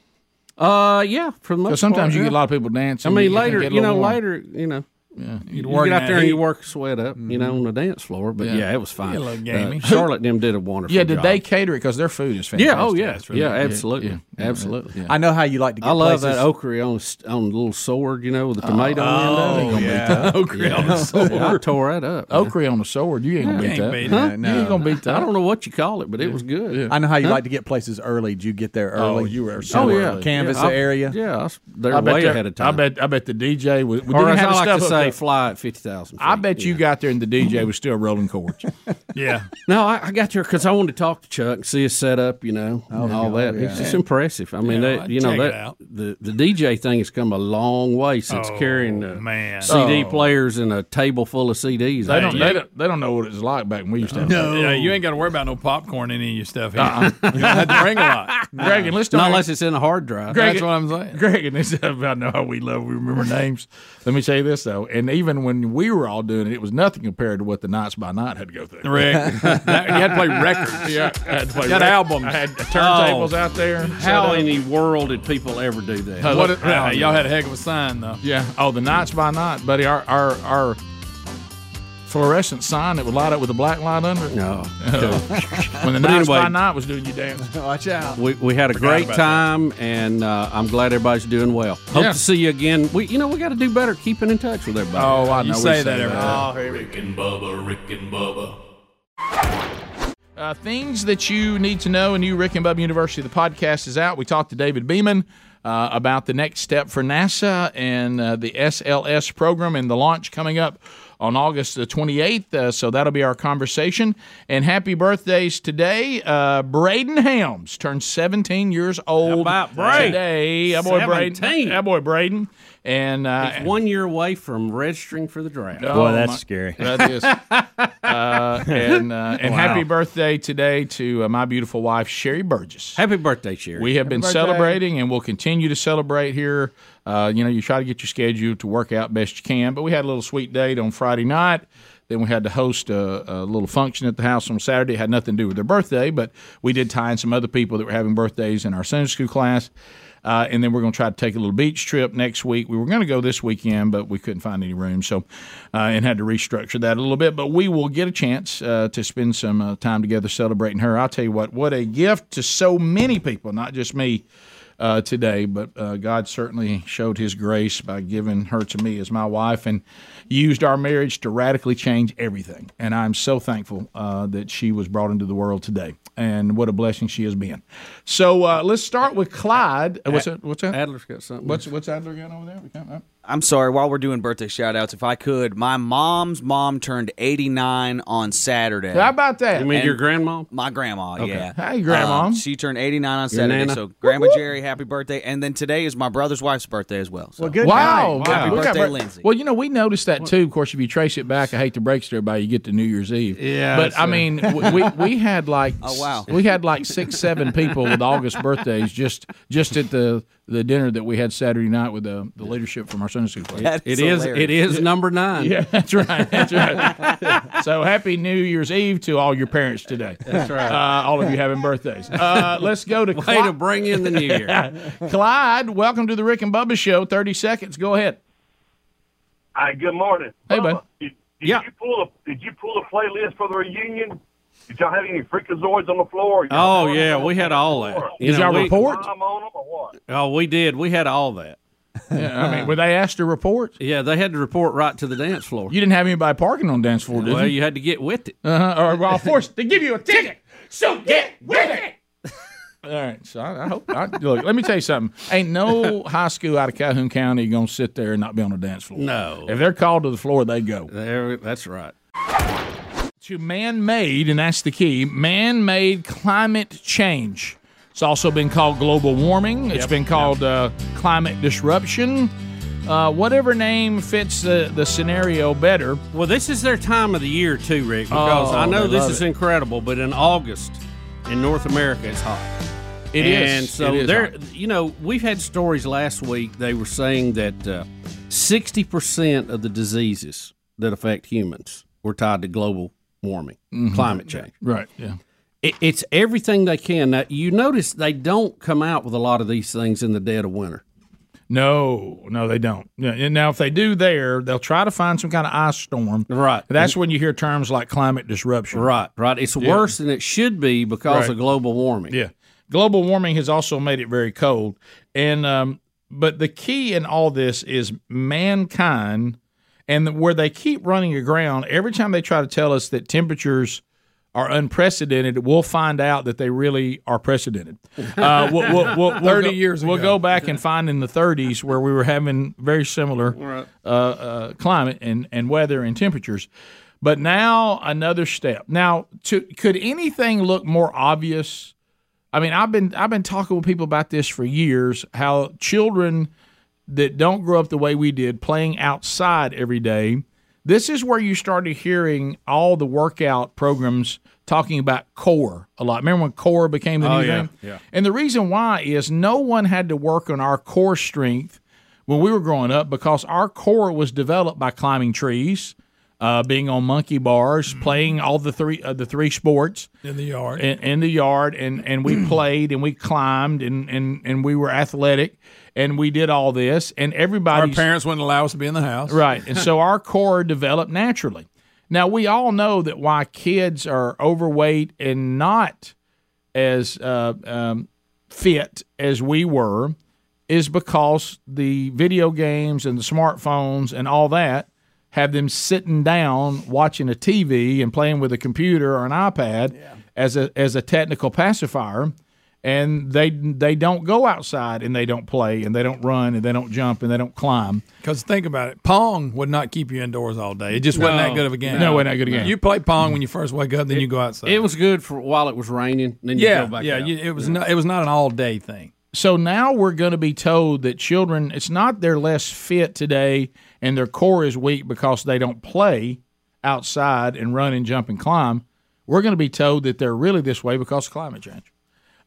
B: Uh, yeah, for the most
A: Because sometimes
B: part,
A: you
B: yeah.
A: get a lot of people dancing.
B: I mean,
A: you can
B: later,
A: get a
B: you know,
A: little warm.
B: later, you know,
A: yeah,
B: you get out there and you work sweat up, you know, on the dance floor. But
A: Mm-hmm. Yeah.
B: yeah, it was fine.
A: Yeah, a little
B: Uh,
A: gamey.
B: Charlotte and them did a wonderful.
A: Yeah, did
B: job.
A: they cater it? Because their food is fantastic.
B: Yeah. Oh, yeah.
A: It's really-
B: yeah. Absolutely.
A: yeah, yeah,
B: Absolutely.
A: yeah.
C: I know how you like to get
B: I love
C: places.
B: that okra on st- on a little sword, you know, with the tomato
A: Oh,
B: end of it. Oh,
A: yeah. Okra on a sword.
B: I tore that up.
A: Okra on a sword. You ain't gonna beat that. Huh? You ain't gonna beat that.
B: I don't know what you call it, but it was good.
C: I know how you
B: Huh?
C: like to get places early. Did you get there
B: Oh,
C: early?
B: you were so
C: Oh,
B: early.
C: yeah. Canvas
B: Yeah, I-
C: area.
B: yeah, I was there way
A: they're-
B: ahead of time.
A: I bet. I bet the DJ was.
B: Or
A: didn't
B: as
A: have
B: I
A: the
B: like
A: stuff
B: to
A: up
B: say,
A: there.
B: fly at fifty thousand.
A: I bet you got there and the DJ was still rolling chords. yeah.
B: No, I, I got there because I wanted to talk to Chuck, see his setup, you know, and all
A: yeah.
B: that. It's
A: Yeah.
B: just impressive. I mean,
A: Yeah,
B: that,
A: I'd
B: you know
A: check it
B: that
A: out.
B: the, the DJ thing has come a long way since
A: Oh,
B: carrying uh,
A: man.
B: CD
A: Oh.
B: players and a table full of CDs.
A: They don't, they don't. They don't know what it's like back when we used to. Have that.
H: Yeah, you ain't got to worry about no popcorn in any of your stuff. Here.
A: Uh-uh.
H: you don't have to bring a lot.
A: Greg, and let's
H: Not
A: talk-
H: unless
B: it's in a hard drive.
A: Greg,
H: That's what I'm saying.
A: Greg, and this I know how we love, we remember names. Let me say this though, and even when we were all doing it, it was nothing compared to what the Knights by Night had to go through.
H: Rick, that- you had to play records.
A: Yeah, I had to play
H: You had
A: rec-
H: albums.
A: I had turntables
H: Oh.
A: out there.
H: How in
B: the world did people ever do that?
H: What a- yeah, y'all had a heck of a sign though.
A: Yeah. Oh, the Knights by Night, buddy. Our our our fluorescent sign that would light up with a black light under it.
B: No.
A: when the
B: But
A: Knights
B: anyway-
A: by Night was doing your dance.
H: Watch out.
B: We, we had a
A: Forgot
B: great
A: about
B: time, and uh, I'm glad everybody's doing well. Hope
A: Yeah.
B: to see you again. We, you know, we got to do better keeping in touch with everybody.
A: Oh, I You know. We say say that every that.
D: Oh, Rick and Bubba, Rick and Bubba.
A: Uh, things that you need to know. A new Rick and Bubba University, the podcast is out. We talked to David Beeman uh, about the next step for NASA and uh, the SLS program and the launch coming up on August the 28th. Uh, so that'll be our conversation. And happy birthdays today. Uh, Braden Helms turned 17 years old
B: Braden?
A: today. That boy Braden.
B: 17.
A: That boy Braden. And uh,
B: He's one year away from registering for the draft.
A: Oh, my- That is. uh, and uh, and
B: Wow.
A: happy birthday today to uh, my beautiful wife, Sherry Burgess.
B: Happy birthday, Sherry.
A: We have
B: Happy
A: been
B: birthday.
A: celebrating and we'll continue to celebrate here. Uh, you know, you try to get your schedule to work out best you can, but we had a little sweet date on Friday night. Then we had to host a, a little function at the house on Saturday. It had nothing to do with their birthday, but we did tie in some other people that were having birthdays in our Sunday school class. Uh, and then we're going to try to take a little beach trip next week. We were going to go this weekend, but we couldn't find any room, so uh, and had to restructure that a little bit. But we will get a chance uh, to spend some uh, time together celebrating her. I'll tell you what, what a gift to so many people, not just me uh, today, but uh, God certainly showed His grace by giving her to me as my wife and used our marriage to radically change everything. And I'm so thankful uh, that she was brought into the world today. And what a blessing she has been. So uh, let's start with Clyde. Uh, What's that? What's that?
B: Adler's got something.
A: What's what's Adler got over there? We can't- uh,
J: I'm sorry, while we're doing birthday shout outs, if I could, my mom's mom turned 89 on Saturday.
A: How about that? You mean your
B: grandma?
J: My grandma,
A: Okay.
J: yeah. Um,
A: Hey, grandma.
J: she turned 89 on
A: Your
J: Saturday.
A: nana.
J: So, Grandma Jerry, happy birthday. And then today is my brother's wife's birthday as well. So.
C: Well, good
A: wow,
J: night. Happy
A: wow. We got
J: birthday,
A: bir-
J: Lindsay.
A: Well, you know, we noticed that too. Of course, if you trace it back, I hate to break it to everybody, you get to New Year's Eve.
H: Yeah,
A: but I
H: so-
A: mean, w- we we had like
H: Oh, wow.
A: we had like six, seven people with August birthdays just just at the the dinner that we had Saturday night with uh, the, the leadership from our Sunday school class.
B: That is It is- hilarious. it is number nine.
A: Yeah, that's right. That's right. so happy New Year's Eve to all your parents today.
B: That's right.
A: Uh, all of you having birthdays. Uh, let's go to
B: Way
A: Clyde.
B: to bring in the new year.
A: Clyde, welcome to the Rick and Bubba Show. Thirty seconds. Go ahead.
K: Hi, good morning.
A: Hey, bud.
K: Did, did
A: Yeah.
K: you pull a Did you pull a playlist for the reunion? Did y'all have any freakazoids on the floor?
B: Oh yeah, we had all that. You know, we- Um,
K: I'm on 'em or what?
B: Oh, we did. We had all that.
A: Yeah, I mean, were they asked to report?
B: Yeah, they had to report right to the dance floor.
A: You didn't have anybody parking on dance floor, did
B: well,
A: you?
B: you had to get with it.
A: Uh-huh. Or well, forced to give you a ticket. So get with it. All right. So I, I hope. I, look, let me tell you something. Ain't no high school out of Calhoun County gonna sit there and not be on the dance floor.
B: No.
A: If they're called to the floor, they go.
B: There, that's right.
A: To man made, and that's the key man made climate change. It's also been called global warming, It's
H: Yep.
A: been called uh, climate disruption. Uh, whatever name fits the, the scenario better.
B: Well, this is their time of the year, too, Rick, because
A: Oh,
B: I know this is
A: is
B: incredible, but in August in North America, it's hot.
A: It
B: It
A: is.
B: is. and so
A: It is
B: there, you know, we've had stories last week. They were saying that uh, sixty percent of the diseases that affect humans were tied to global warming,
A: Mhm.
B: climate change.
A: Right. Yeah.
B: It, it's everything they can. Now, you notice they don't come out with a lot of these things in the dead of winter.
A: No, no, they don't. Yeah, and Now, if they do there, they'll try to find some kind of ice storm.
B: Right.
A: That's when you hear terms like climate disruption.
B: Right, right. It's
A: Yeah.
B: worse than it should be because
A: Right.
B: of global warming.
A: Yeah. Global warming has also made it very cold. And, um, but the key in all this is mankind and the, where they keep running aground. Every time they try to tell us that temperatures are unprecedented, we'll find out that they really are precedented. Uh, we'll, we'll, we'll, we'll
H: 30
A: go,
H: years
A: We'll
H: ago.
A: go back and find in the 30s where we were having very similar
H: Right.
A: uh, uh, climate and, and weather and temperatures. But now another step. Now, to, could anything look more obvious? I mean, I've been I've been talking with people about this for years. How children that don't grow up the way we did, playing outside every day. This is where you started hearing all the workout programs talking about core a lot. Remember when core became the
H: Oh,
A: new
H: yeah,
A: thing?
H: yeah.
A: And the reason why is no one had to work on our core strength when we were growing up because our core was developed by climbing trees, uh, being on monkey bars,
H: Mm-hmm.
A: playing all the three uh, the three sports
H: in the yard.
A: in, in the yard, and, and we played and we climbed and, and, and we were athletic and we did all this and
H: Our
A: everybody
H: parents wouldn't allow us to be in the house.
A: right and so our core developed naturally. Now we all know that why kids are overweight and not as uh, um, fit as we were is because the video games and the smartphones and all that have them sitting down watching a TV and playing with a computer or an iPad as a as a technical pacifier and they they don't go outside and they don't play and they don't run and they don't jump and they don't climb
H: Because think about it, Pong would not keep you indoors all day. It just wasn't
A: No.
H: that good of a game.
A: No, it wasn't that good a game.
H: You play Pong when you first wake up, then you go outside.
B: It was good for while it was raining. Then you
H: yeah,
B: go back
H: yeah.
B: out.
H: you- it was not. It was not an all day thing.
A: So now we're going to be told that children, it's not they're less fit today and their core is weak because they don't play outside and run and jump and climb. We're going to be told that they're really this way because of climate change.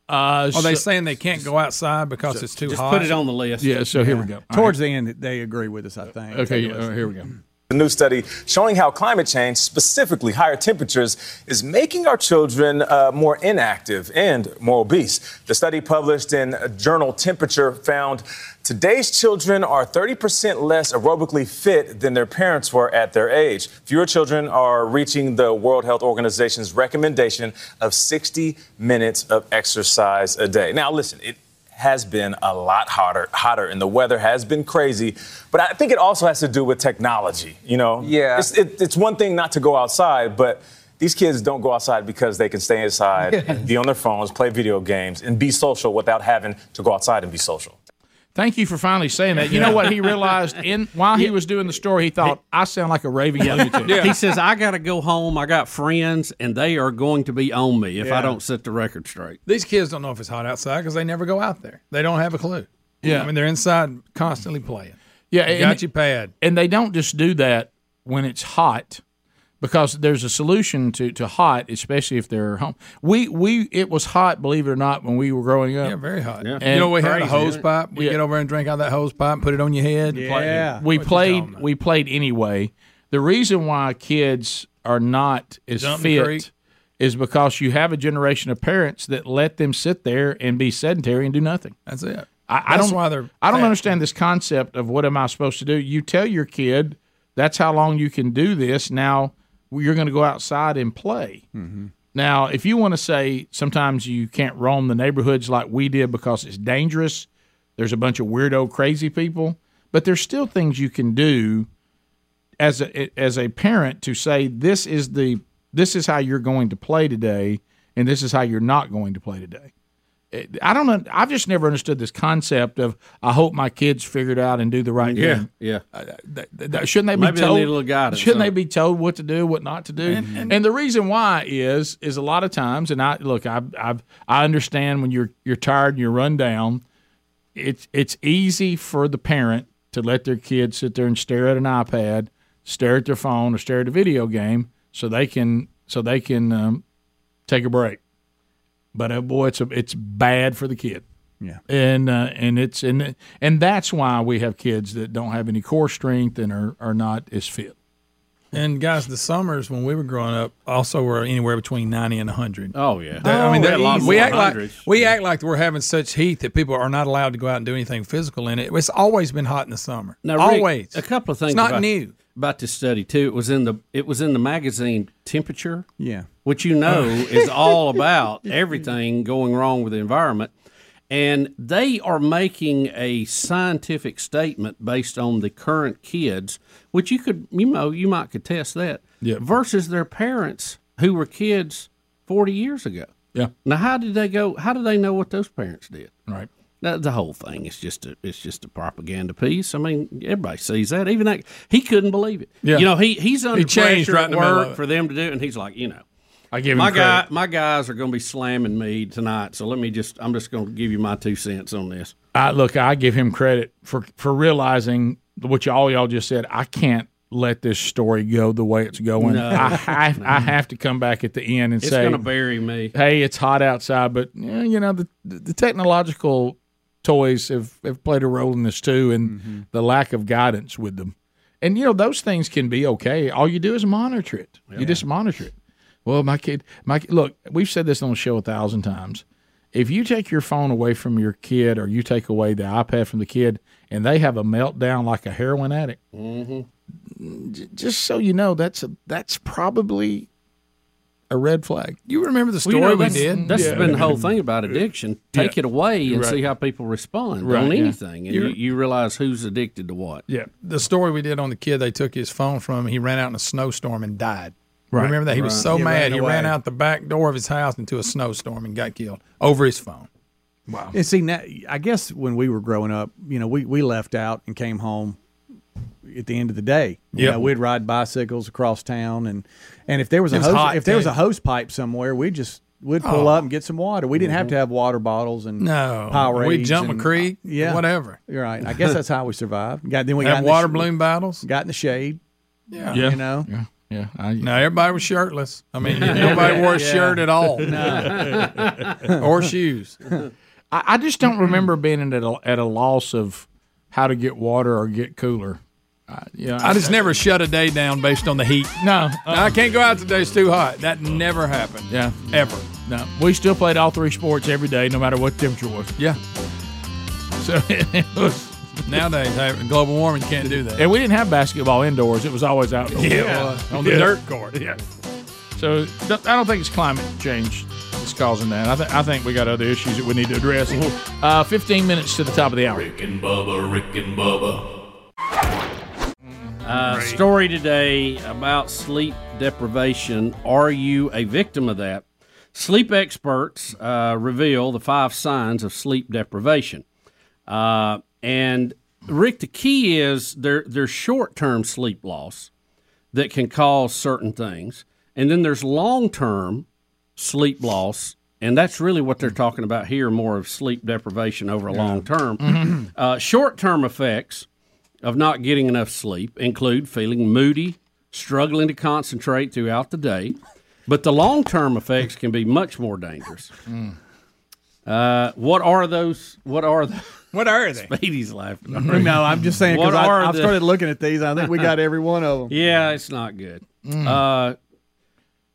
A: Uh,
H: Are they
A: so-
H: saying they can't go outside because
A: so-
H: it's too
A: just
H: hot?
A: put it on the list. Yeah, so here we go.
C: Towards the end, they agree with us. I think.
A: Okay, yeah, uh, here we go.
L: A new study showing how climate change, specifically higher temperatures, is making our children uh, more inactive and more obese. The study published in journal Temperature found today's children are 30% less aerobically fit than their parents were at their age. Fewer children are reaching the World Health Organization's recommendation of 60 minutes of exercise a day. Now, listen, it has been a lot hotter, hotter, and the weather has been crazy. But I think it also has to do with technology. You know,
M: Yeah.
L: it's, it, it's one thing not to go outside, but these kids don't go outside because they can stay inside, be on their phones, play video games, and be social without having to go outside and be social.
A: Thank you for finally saying that. You know what he realized in while he was doing the story, he thought, I sound like a raving lunatic.
B: He says, I got to go home. I got friends, and they are going to be on me if
H: Yeah.
B: I don't set the record straight.
H: These kids don't know if it's hot outside because they never go out there. They don't have a clue.
A: Yeah.
H: I mean they're inside constantly playing.
A: Yeah,
H: You
A: and-
H: got your pad.
A: And they don't just do that when it's hot. because there's a solution to, to hot, especially if they're home. We we it was hot, believe it or not, when we were growing up.
H: Yeah, very hot.
A: And
H: you know, we had a
A: crazy.
H: hose pipe. We
A: Yeah.
H: get over there and drink out of that hose pipe and put it on your head. and play.
A: we
H: What you talking
A: played. We played anyway. The reason why kids are not as
H: Dumping
A: fit
H: creek.
A: is because you have a generation of parents that let them sit there and be sedentary and do nothing.
H: That's it.
A: I, I
H: That's
A: don't.
H: why they're
A: I don't
H: fat.
A: understand this concept of what am I supposed to do? You tell your kid that's how long you can do this. Now you're going to go outside and play.
H: Mm-hmm.
A: Now, if you want to say sometimes you can't roam the neighborhoods like we did because it's dangerous, there's a bunch of weirdo, crazy people, but there's still things you can do as a as a parent to say this is the this is how you're going to play today, and this is how you're not going to play today. It- I don't know. I've just never understood this concept of I hope my kids figured out and do the right
B: Yeah,
A: thing.
B: yeah.
A: Th- th- Shouldn't they be
B: Maybe they
A: told?
B: need a little guidance,
A: Shouldn't
B: huh?
A: they be told what to do, what not to do? And, the reason why is is a lot of times, and I look, I I I understand when you're you're tired and you're run down, it's it's easy for the parent to let their kid sit there and stare at an iPad, stare at their phone, or stare at a video game, so they can so they can um, take a break. But oh boy, it's a, it's bad for the kid.
C: Yeah.
A: and uh, and it's and and that's why we have kids that don't have any core strength and are are not as fit.
H: And guys, the summers when we were growing up also were anywhere between ninety and hundred.
B: Oh yeah,
H: I mean,
B: Oh,
H: they-
B: a lot
H: we
B: more
H: act like
B: hundreds.
H: we act like we're having such heat that people are not allowed to go out and do anything physical in it. It's always been hot in the summer.
B: Now, Rick,
H: always
B: a couple of things.
H: It's not
B: about,
H: new.
B: about this study too. It was in the it was in the magazine Temperature.
C: Yeah.
B: which you know is all about everything going wrong with the environment, and they are making a scientific statement based on the current kids, which you could you know you might could test that versus their parents who were kids forty years ago.
A: Yeah.
B: Now, how did they go? How do they know what those parents did?
A: Right.
B: That, the whole thing is just a it's just a propaganda piece. I mean, everybody sees that. Even that he couldn't believe it.
F: Yeah.
B: You know, he he's under
F: He changed
B: pressure
F: right in
B: at
F: the middle
B: work
F: of it.
B: for them to do, it, and he's like, you know,
A: I give him
B: my guy
A: credit.
B: my guys are going to be slamming me tonight. So let me just I'm just going to give you my two cents on this.
A: I look, I give him credit for for realizing what you, all y'all just said. I can't let this story go the way it's going.
B: No.
A: I, have, I have to come back at the end and
B: It's
A: say,
B: going to bury me.
A: "Hey, it's hot outside," but eh, you know the the technological toys have, have played a role in this too, and the lack of guidance with them. And you know those things can be okay. All you do is monitor it. You just monitor it. Well, my kid, my kid- look, we've said this on the show a thousand times. If you take your phone away from your kid, or you take away the iPad from the kid, and they have a meltdown like a heroin addict, j- just so you know, that's a that's probably a red flag. You remember the
B: Well,
A: story
B: you know,
A: we
B: that's-
A: did?
B: That's
A: Yeah.
B: been the whole thing about addiction. Take
A: Yeah.
B: it away and
A: Right.
B: see how people respond
A: Right,
B: on
A: yeah.
B: anything, and you,
H: You're-
B: you realize who's addicted to what.
A: Yeah.
H: The story we did on the kid, they took his phone from him. He ran out in a snowstorm and died.
A: Right.
H: Remember that? He
A: Right.
H: was so
A: He
H: mad.
A: ran
H: he
A: away.
H: ran out the back door of his house into a snowstorm and got killed over his phone. Wow.
C: And see, now, I guess when we were growing up, you know, we, we left out and came home at the end of the day. You
H: Yep.
C: know, we'd ride bicycles across town, and and if there was a
H: It was
C: hose,
H: hot,
C: if there was
H: too.
C: a hose pipe somewhere, we just we'd pull
H: Oh. Mm-hmm.
C: up and get some water. We didn't have to have water bottles and
H: No.
C: Powerades.
H: We'd jump a
C: and- uh,
H: creek,
C: yeah,
H: whatever.
C: You're right. I guess that's how we survived. Got then we
H: Have
C: got in
H: water
C: the, sh-
H: balloon battles.
C: Got in the shade.
H: Yeah.
C: You know.
A: Yeah. Yeah.
H: No, everybody was shirtless. I mean, nobody wore a
A: Yeah.
H: shirt at all,
A: No.
H: or shoes.
A: I, I just don't remember being at a, at a loss of how to get water or get cooler. I, yeah,
H: I just never shut a day down based on the heat.
A: No,
H: I can't go out today; it's too hot. That never happened.
A: Yeah,
H: ever.
A: No, we still played all three sports every day, no matter what the temperature was.
H: Yeah.
A: So it was,
H: Nowadays, hey, global warming can't do that.
A: and we didn't have basketball indoors; it was always outdoors.
H: Yeah.
A: on the
H: Yeah.
A: dirt court. Yeah. So th- I don't think it's climate change that's causing that. I, th- I think we got other issues that we need to address. Uh, Fifteen minutes to the top of the hour.
D: Rick and Bubba, Rick and Bubba.
B: Uh, story today about sleep deprivation. Are you a victim of that? Sleep experts uh, reveal the five signs of sleep deprivation. Uh, and Rick, the key is there, there's short term sleep loss that can cause certain things, and then there's long term sleep loss. And that's really what they're talking about here more of sleep deprivation over a long term. uh, Short term effects of not getting enough sleep include feeling moody, struggling to concentrate throughout the day. But the long term effects can be much more dangerous.
C: Mm.
B: Uh, what are those? What are the?
H: What are they?
B: Speedy's laughing.
C: No, I'm just saying because
B: What are
C: I've
B: the-
C: started looking at these. I think we got every one of them.
B: Yeah, it's not good.
C: Mm.
B: Uh,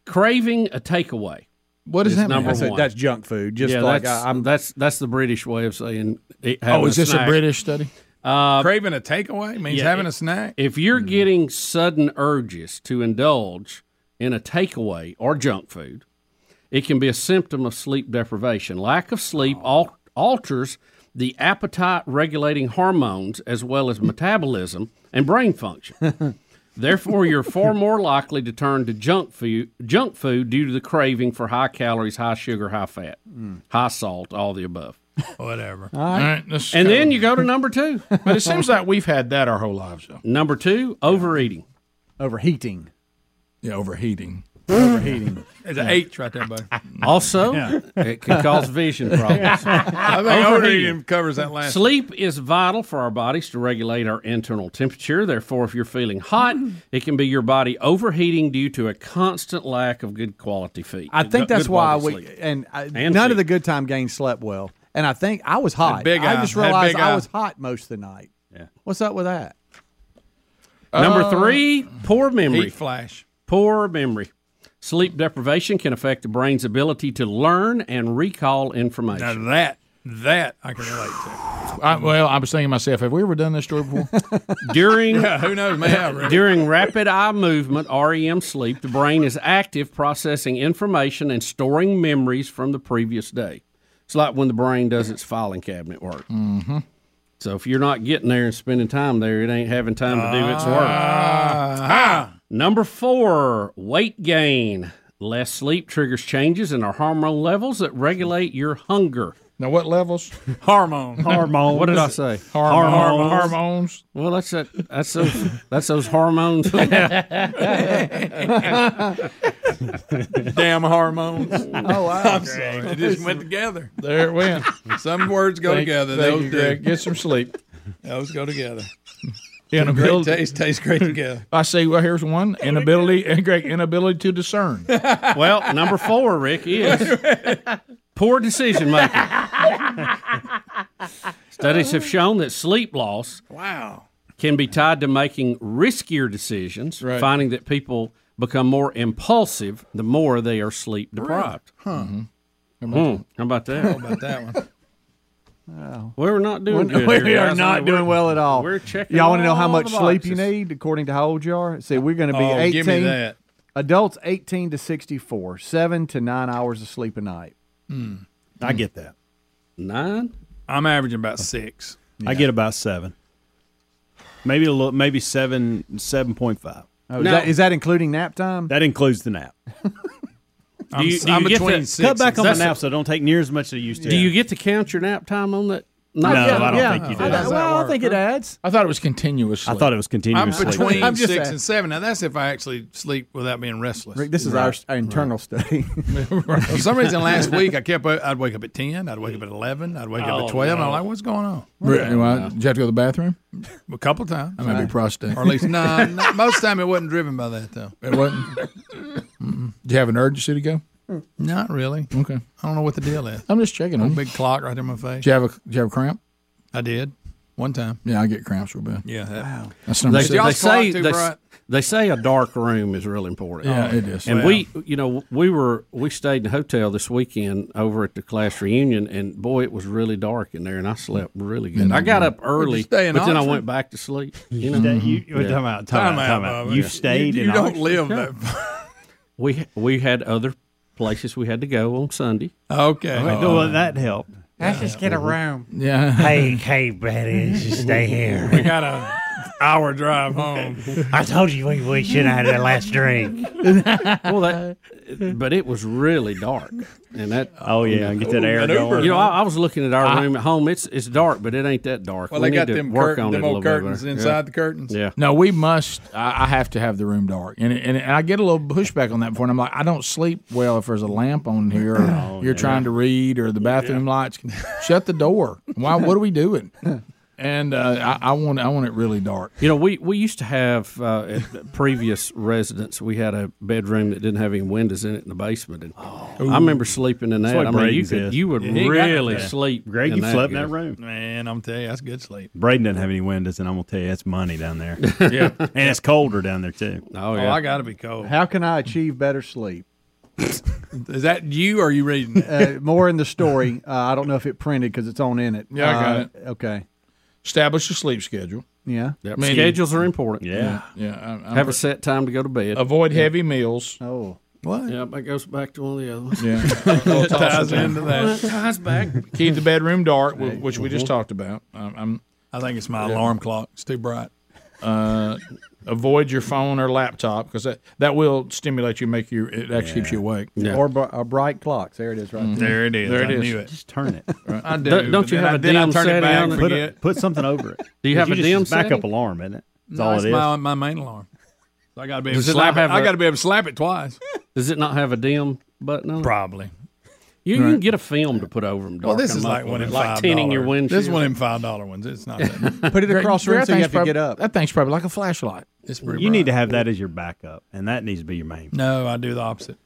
B: craving a takeaway.
C: What does that mean?
B: number
C: That's a-
B: one.
C: that's junk food, just
B: yeah,
C: like uh,
B: that's,
C: I- I'm-
B: that's that's the British way of saying. It,
A: Oh, is this a British study?
B: Uh,
H: Craving a takeaway means
B: yeah,
H: having
B: it-
H: a snack.
B: If you're getting sudden urges to indulge in a takeaway or junk food, it can be a symptom of sleep deprivation. Lack of sleep al- alters the appetite regulating hormones as well as metabolism and brain function. Therefore, you're far more likely to turn to junk food, junk food due to the craving for high calories, high sugar, high fat, high salt, all the above.
H: Whatever.
B: All right. And then you go to number two.
A: But it seems like we've had that our whole lives, though.
B: Number two, overeating.
C: Overheating.
A: Yeah, overheating.
C: Overheating.
H: There's an H right there, buddy.
B: Also,
H: Yeah.
B: it can cause vision problems.
H: I think overeating covers that last.
B: Sleep is vital for our bodies to regulate our internal temperature. Therefore, if you're feeling hot, it can be your body overheating due to a constant lack of good quality feed.
C: I think
B: good
C: that's why
B: quality
C: we
B: sleep.
C: and, I,
B: And
C: none
B: sleep.
C: of the good time gangs slept well. And I think I was hot.
B: Had big
C: I
B: eye.
C: just
B: Had
C: realized
B: big
C: I
B: eye.
C: was hot most of the night. Yeah. What's up with that?
B: Number
C: Uh,
B: three, poor memory.
C: heat
H: flash.
B: Poor memory. Sleep deprivation can affect the brain's ability to learn and recall
H: Now
B: information.
H: that that I can relate to.
A: I, well, I was thinking to myself, have we ever done this story before?
B: During
H: Yeah, who knows, may have, really.
B: during rapid eye movement REM sleep, the brain is active, processing information and storing memories from the previous day. It's like when the brain does its filing cabinet work.
A: mm-hmm.
B: So if you're not getting there and spending time there, it ain't having time to do its work. Number four, weight gain. Less sleep triggers changes in our hormone levels that regulate your hunger.
A: Now, what levels?
H: Hormone.
B: Hormone. What did I say?
A: Hormone.
B: Hormones.
A: Hormones.
B: Well, that's that. That's those. that's those hormones.
H: Damn hormones.
A: Oh, wow.
H: I'm sorry. It just went together.
A: There it went.
H: Some words go
A: Thank-
H: together.
A: thank
H: Those
A: you,
H: do.
A: Greg. Get some sleep.
H: Those go together.
A: In a
H: Great
A: build-
H: taste tastes great together.
A: I see. Well, here's one inability, and Greg, inability to discern.
B: well, number four, Rick, is poor decision making. Studies have shown that sleep loss
H: Wow.
B: can be tied to making riskier decisions,
H: Right.
B: finding that people become more impulsive the more they are sleep deprived.
H: Huh.
B: Hmm.
H: Mm-hmm. about
B: How, about that?
H: How about that one?
B: We We're not doing
C: We're-
B: good.
C: we
B: here,
C: are
B: guys.
C: not
B: I mean, we're-
C: doing well at all.
B: We're checking.
C: Y'all want to know how
B: all
C: much
B: the
C: sleep you
B: boxes.
C: need according to how old you are? See, we're going to be
H: Oh,
C: 18.
H: give me that.
C: Adults 18 to 64, seven to nine hours of sleep a night.
I: I get that.
B: Nine.
H: I'm averaging about six.
I: I get about seven. Maybe a little, maybe seven, seven point five.
C: Oh, is, that, is that including nap time?
I: That includes the nap.
B: Do you, do you get to,
I: Cut back on the
B: That's-
I: nap, so I don't take near as much as I used to.
B: Do you get to count your nap time on that?
I: No, I don't think you do.
C: I, well, I think it adds.
A: I thought it was continuous.
I: I thought it was continuous
H: I'm
I: sleep.
H: between
C: I'm just
H: six
C: saying.
H: and seven. Now that's if I actually sleep without being restless.
C: Rick, this is our, our internal study.
H: For some reason, last week I kept. I'd wake up at ten. I'd wake up at eleven. I'd wake up
A: Oh,
H: at twelve.
A: no.
H: I'm like, what's going on?
A: Really? Well, Did you have to go to the bathroom?
H: A couple times.
A: I might be prostate.
H: Or at least no. no, most time it wasn't driven by that though.
A: It wasn't? Mm. Do you have an urgency to go?
H: Not really.
A: Okay.
H: I don't know what the deal is.
A: I'm just checking
H: Old
A: on you.
H: big clock right in my face.
A: Do you have a Do you have a cramp?
H: I did one time.
A: Yeah, I get cramps real bad.
H: Yeah. That,
A: That's number
B: They,
A: six.
B: they say
H: too
B: they,
H: bright?
B: they say a dark room is real important.
A: Yeah, Oh, it is.
B: And
A: yeah.
B: we, you know, we were we stayed in a hotel this weekend over at the class reunion, and boy, it was really dark in there, and I slept really good. I got up early, but
H: Mm-hmm. stay in
B: then I
H: Oxford?
B: went back to sleep. You know,
I: Stay- you- you're talking about- talking about- talking about-
H: Bubba.
I: you've stayed
H: You,
I: in
H: you don't
I: Oxford?
H: live
I: Yeah.
H: that far.
B: Mm-hmm. we we had other places we had to go on Sunday.
H: Okay.
I: Oh, well, that helped.
M: Let's just get a room.
A: Yeah.
M: Hey, hey, Betty, let's just stay here.
H: We got a hour drive home.
M: I told you we, we should have had that last drink.
B: well, that, but it was really dark, and that.
I: Oh yeah, get that air going.
B: You know, I, I was looking at our
I: I-
B: room at home. It's it's dark, but it ain't that dark.
H: Well,
B: we
H: they got
B: need to
H: them
B: work
H: curtain-
B: on
H: them
B: it a
H: old
B: little bit
H: curtains
B: better.
H: inside the curtains.
B: Yeah.
A: No, we must. I, I have to have the room dark, and and I get a little pushback on that. For I'm like, I don't sleep well if there's a lamp on here. Or you're
B: yeah.
A: trying to read, or the bathroom lights. Shut the door. Why? What are we doing? and uh, I, I want I want it really dark.
B: You know, we, we used to have uh, at previous residence, we had a bedroom that didn't have any windows in it in the basement, and I remember sleeping in
I: Oh. That's
B: that.
I: what
B: I mean, you
I: Braden's
B: could
I: is.
B: you would
I: Yeah, he got
B: really
I: it.
B: sleep.
I: Greg, you slept in that
B: good.
I: room?
A: Man, I'm telling you, that's good sleep.
I: Braden doesn't have any windows, and I'm gonna tell you, that's money down there.
A: Yeah.
I: and it's colder down there too.
A: Oh, yeah. I gotta be cold.
C: How can I achieve better sleep?
A: Is that you or are you reading
C: Uh, more in the story. Uh, I don't know if it printed because it's on in it.
A: Yeah, I got
C: Uh,
A: it.
C: Okay.
A: Establish a sleep schedule.
C: Yeah.
A: I mean,
B: Schedules are important.
A: Yeah. Yeah, I'm- I'm-
B: have a set time to go to bed.
A: Avoid heavy meals.
C: Oh,
A: What?
B: Yeah, that goes back to one of the others.
A: Yeah.
B: We'll toss
A: ties
B: it down.
A: into that.
B: Well, it ties back.
A: Keep the bedroom dark, wh- which we just
B: Mhm.
A: talked about. Um, I'm, I'm,
H: I think it's my alarm clock. It's too bright.
A: Uh, avoid your phone or laptop because that, that will stimulate you, make you it actually keeps you awake.
C: Or br- a bright clocks. There it is, right
A: Mhm.
C: there.
A: There it is.
I: There
A: I
I: it is.
A: knew it.
I: Just turn it.
A: Right. I do, Don't- don't but you then have I- a then I dim turn it setting back on and it?
I: Put, a-
A: forget.
I: put something over it.
A: Do you have a
I: just
A: dim
I: use backup
A: setting?
I: alarm? Isn't it? That's
H: No,
I: all
H: it's
I: it is.
H: my, my main alarm. So I gotta be able to
B: Does it
H: slap
B: not
H: it.
B: have
H: I
B: a-
H: gotta be able to slap it twice.
B: Does it not have a dim button on it?
H: Probably.
B: You, you can get a film to put over them. darken
H: Well, this is
B: them up a
H: like one
B: little
H: in
B: bit.
H: five
B: like tinting your
H: dollar-
B: windshield.
H: This is one in five dollar ones. It's not. That.
C: Put it across
H: Greg,
C: room so
H: that
C: you have
H: thing's
C: to get
H: prob-
C: up.
A: That thing's probably like a flashlight. It's
I: you
H: pretty
I: need to have that as your backup, and that needs to be your main.
H: No, I do the opposite.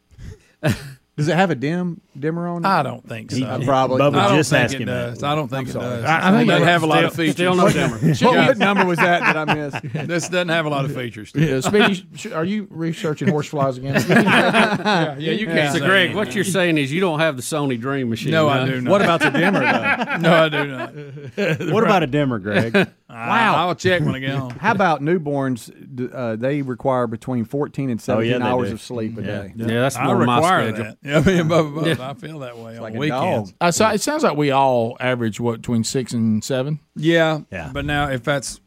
C: Does it have a dim dimmer on it?
A: Ah.
H: I don't think so.
C: I probably.
H: I don't think
C: asking
H: it does. I don't think it does.
C: I- I think
H: doesn't
C: it-
H: have a lot of
C: still-
H: features.
C: still no number. What- what number was that that I missed?
H: this doesn't have a lot of features.
A: Yeah, Speedy, sh- are you researching horseflies again?
H: yeah, yeah, you can't.
B: So,
H: say
B: Greg,
H: that.
B: what you're saying is you don't have the Sony Dream Machine.
H: No, I
B: huh?
H: do not. What about the dimmer, though? No, I do not.
I: What about a dimmer, Greg?
H: wow. I'll check when I get home.
C: How about newborns? d- Uh, they require between 14 and 17
I: Oh, they
C: hours
I: do. Mm-hmm.
C: of sleep a
I: Yeah.
C: day.
B: Yeah, that's
H: I
B: more my
H: require
B: schedule.
H: that. Yeah, me and Bubba both. I feel that way on
C: like a
H: weekends.
C: dog.
A: Uh, so it sounds like we all average what between six and seven.
H: Yeah,
I: Yeah.
H: But now, if that's,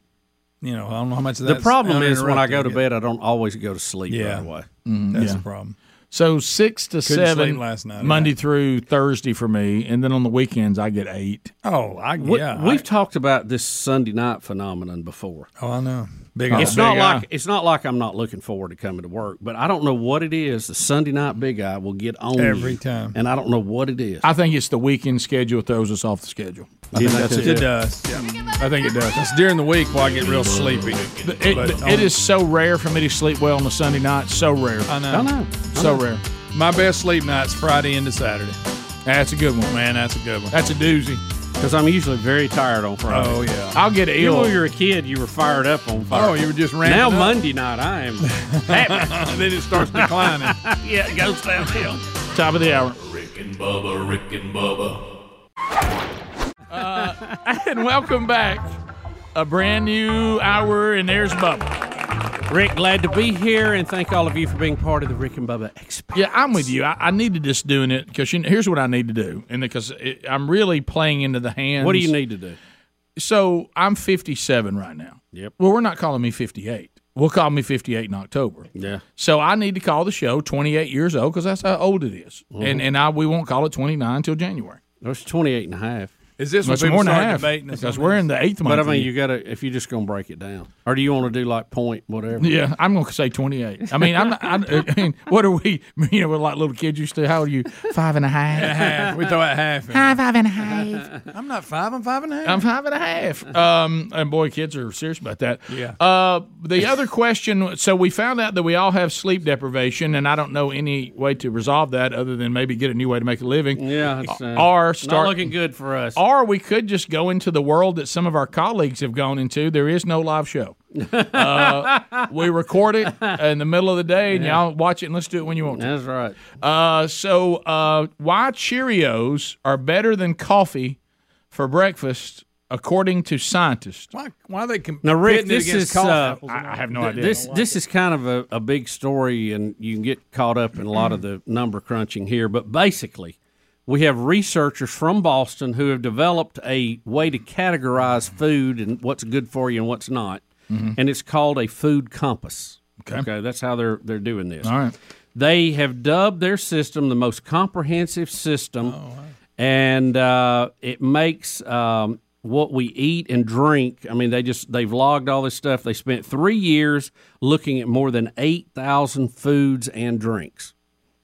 H: you know, I don't know how much of
B: The
H: that.
B: problem is when I go to bed, I don't always go to sleep
H: Yeah.
B: right away.
H: That's the problem.
A: So six to
H: Couldn't
A: seven
H: sleep last night.
A: Monday through Thursday for me, and then on the weekends I get eight.
H: Oh, I
B: We,
H: yeah.
B: we've talked about this Sunday night phenomenon before.
H: I, oh, I know. Big.
B: it's
H: eye.
B: not
H: Big
B: like
H: eye.
B: it's not like I'm not looking forward to coming to work, but I don't know what it is. The Sunday night big eye will get on
H: Every
B: you,
H: time.
B: and I don't know what it is.
A: I think it's the weekend schedule throws us off the schedule. I
B: Yeah,
A: think that's
H: it does. Yeah, I think it does. It's during the week where I get real sleepy.
A: It,
H: But oh, on-
A: it is so rare for me to sleep well on a Sunday night. So rare.
H: I know.
A: So rare.
H: My best sleep night's Friday into Saturday.
A: That's a good one.
H: Man, that's a good one.
A: That's a doozy.
B: because I'm usually very tired on Friday.
H: Oh yeah.
A: I'll get
B: You
A: ill.
B: when you were a kid, you were fired up on Friday.
H: Oh, you were just ramping
B: now
H: up.
B: Monday night, I am happy.
H: then it starts declining.
B: yeah, it goes downhill.
A: Top of the hour.
D: Rick and Bubba, Rick and Bubba.
A: Uh, and welcome back. A brand new hour, and there's Bubba.
B: Rick, glad to be here, and thank all of you for being part of the Rick and Bubba Expo.
A: Yeah, I'm with you. I, I needed this doing it because you know, here's what I need to do, and because it, I'm really playing into the hands.
B: What do you need to do?
A: So I'm 57 right now.
B: Yep.
A: Well, we're not calling me 58. We'll call me 58 in October.
B: Yeah.
A: So I need to call the show 28 years old because that's how old it is. and and I we won't call it 29 until January.
B: There's 28 and a half.
H: Is this when
A: That's
H: people
A: more than
H: start
A: half
H: debating us
A: because
H: on
A: we're
H: this?
A: in the eighth month.
B: But I
A: of the
B: mean, you got to, if you're just going to break it down. Or do you want to do like point, whatever?
A: Yeah, I'm going to say 28. I mean, I'm not, I, I mean, what are we? You know, we're like little kids used to. How old are you? Five and a half.
H: half. We throw out half. In.
A: I'm five and a half.
H: I'm not five. I'm five and a half.
A: I'm five and a half. Um, and boy, kids are serious about that.
H: Yeah.
A: Uh, the other question. So we found out that we all have sleep deprivation, and I don't know any way to resolve that other than maybe get a new way to make a living.
B: Yeah. It's, uh,
A: Or
B: not
A: start
B: looking good for us.
A: Or we could just go into the world that some of our colleagues have gone into. There is no live show. Uh, we record it in the middle of the day, and y'all watch it and let's do it when you want to.
B: That's right.
A: Uh, so, uh, why Cheerios are better than coffee for breakfast, according to scientists?
H: Why? Why are they com-
B: Now, Rick,
H: pitting it
B: this
H: against
B: is,
H: cough
B: uh,
H: apples and
A: I, I
H: all?
A: have no idea.
B: This this is kind of a, a big story, and you can get caught up in a lot of the number crunching here. But basically, we have researchers from Boston who have developed a way to categorize food and what's good for you and what's not,
A: Mm-hmm.
B: and it's called a food compass. Okay. that's how they're they're doing this.
A: All right.
B: They have dubbed their system the most comprehensive
A: Oh,
B: system, and uh, it makes um, what we eat and drink. I mean, they just they've logged all this stuff. They spent three years looking at more than eight thousand foods and drinks,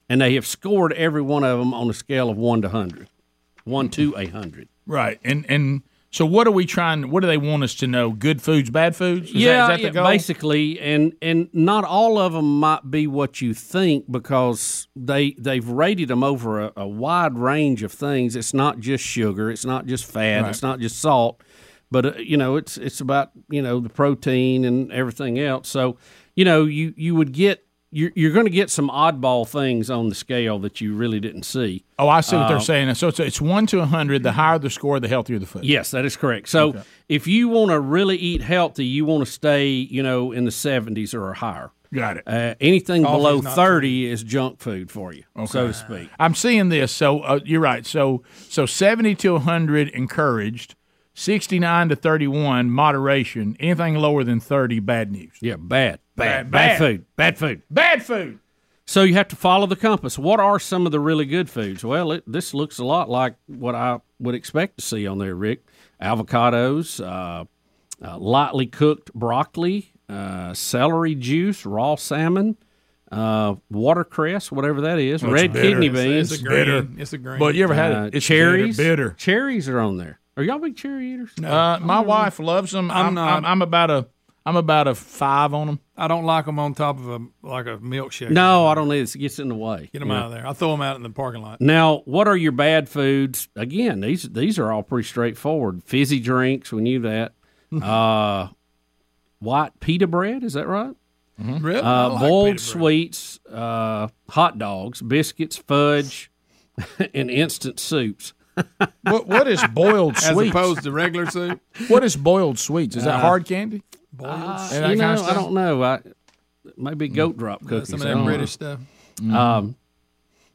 B: and they have scored every one of them on a scale of one to hundred, one to a hundred.
A: Right. And, and So what are we trying? What do they want us to know? Good foods, bad foods? Is that- is
B: yeah,
A: that the
B: yeah,
A: goal?
B: basically, and and not all of them might be what you think because they they've rated them over a, a wide range of things. It's not just sugar, it's not just fat,
F: Right.
B: it's not just salt, but uh, you know, it's it's about you know the protein and everything else. So you know, you you would get you're, you're going to get some oddball things on the scale that you really didn't see.
A: Oh, I see what they're
B: Uh,
A: saying. So it's, it's one to a hundred. The higher the score, the healthier the food.
B: Yes, that is correct. So
A: Okay.
B: if you want to really eat healthy, you want to stay, you know, in the 70s or higher.
A: Got it.
B: Uh, anything
A: Coffee's
B: below
A: not
B: 30 is junk food for you, so to speak.
A: I'm seeing this. So uh, you're right. So so 70 to 100 encouraged, 69 to 31 moderation. Anything lower than 30, bad news.
B: Yeah, bad,
A: Bad-
B: bad, bad,
A: bad.
B: food, bad food.
A: Bad food.
B: So you have to follow the compass. What are some of the really good foods? Well, it, this looks a lot like what I would expect to see on there, Rick. Avocados, uh, uh, lightly cooked broccoli, uh, celery juice, raw salmon, uh, watercress, whatever that is,
A: Well, it's
B: red
A: bitter.
B: kidney
A: It's-
B: beans.
A: it's a green. Bitter. It's a green. But you ever had it?
B: Uh,
A: It's
B: cherries.
A: bitter, bitter.
B: Cherries are on there. Are y'all big cherry eaters?
A: Uh, my wife loves them. I'm,
H: I'm
A: I'm
H: not.
A: I'm, about a I'm about a five on them.
H: I don't like them on top of a like a milkshake.
B: No, I don't need it. It gets in the way.
H: Get them
B: You know?
H: out of there. I throw them out in the parking lot.
B: Now, what are your bad foods? Again, these these are all pretty straightforward. Fizzy drinks, we knew that. uh, white pita bread, is that right?
H: Really? I
B: Uh,
H: like
B: boiled
H: pita bread.
B: sweets, uh, hot dogs, biscuits, fudge, and instant soups.
A: What what is boiled
H: As
A: sweets?
H: opposed to regular soup.
A: what is boiled sweets? Is that
B: Uh,
A: hard candy?
H: Boiled
A: Ah.
B: Uh,
H: soup.
B: you know, I don't know. I, maybe goat drop cookies.
H: Some of
B: I
H: that
B: don't know.
H: British stuff.
B: Um,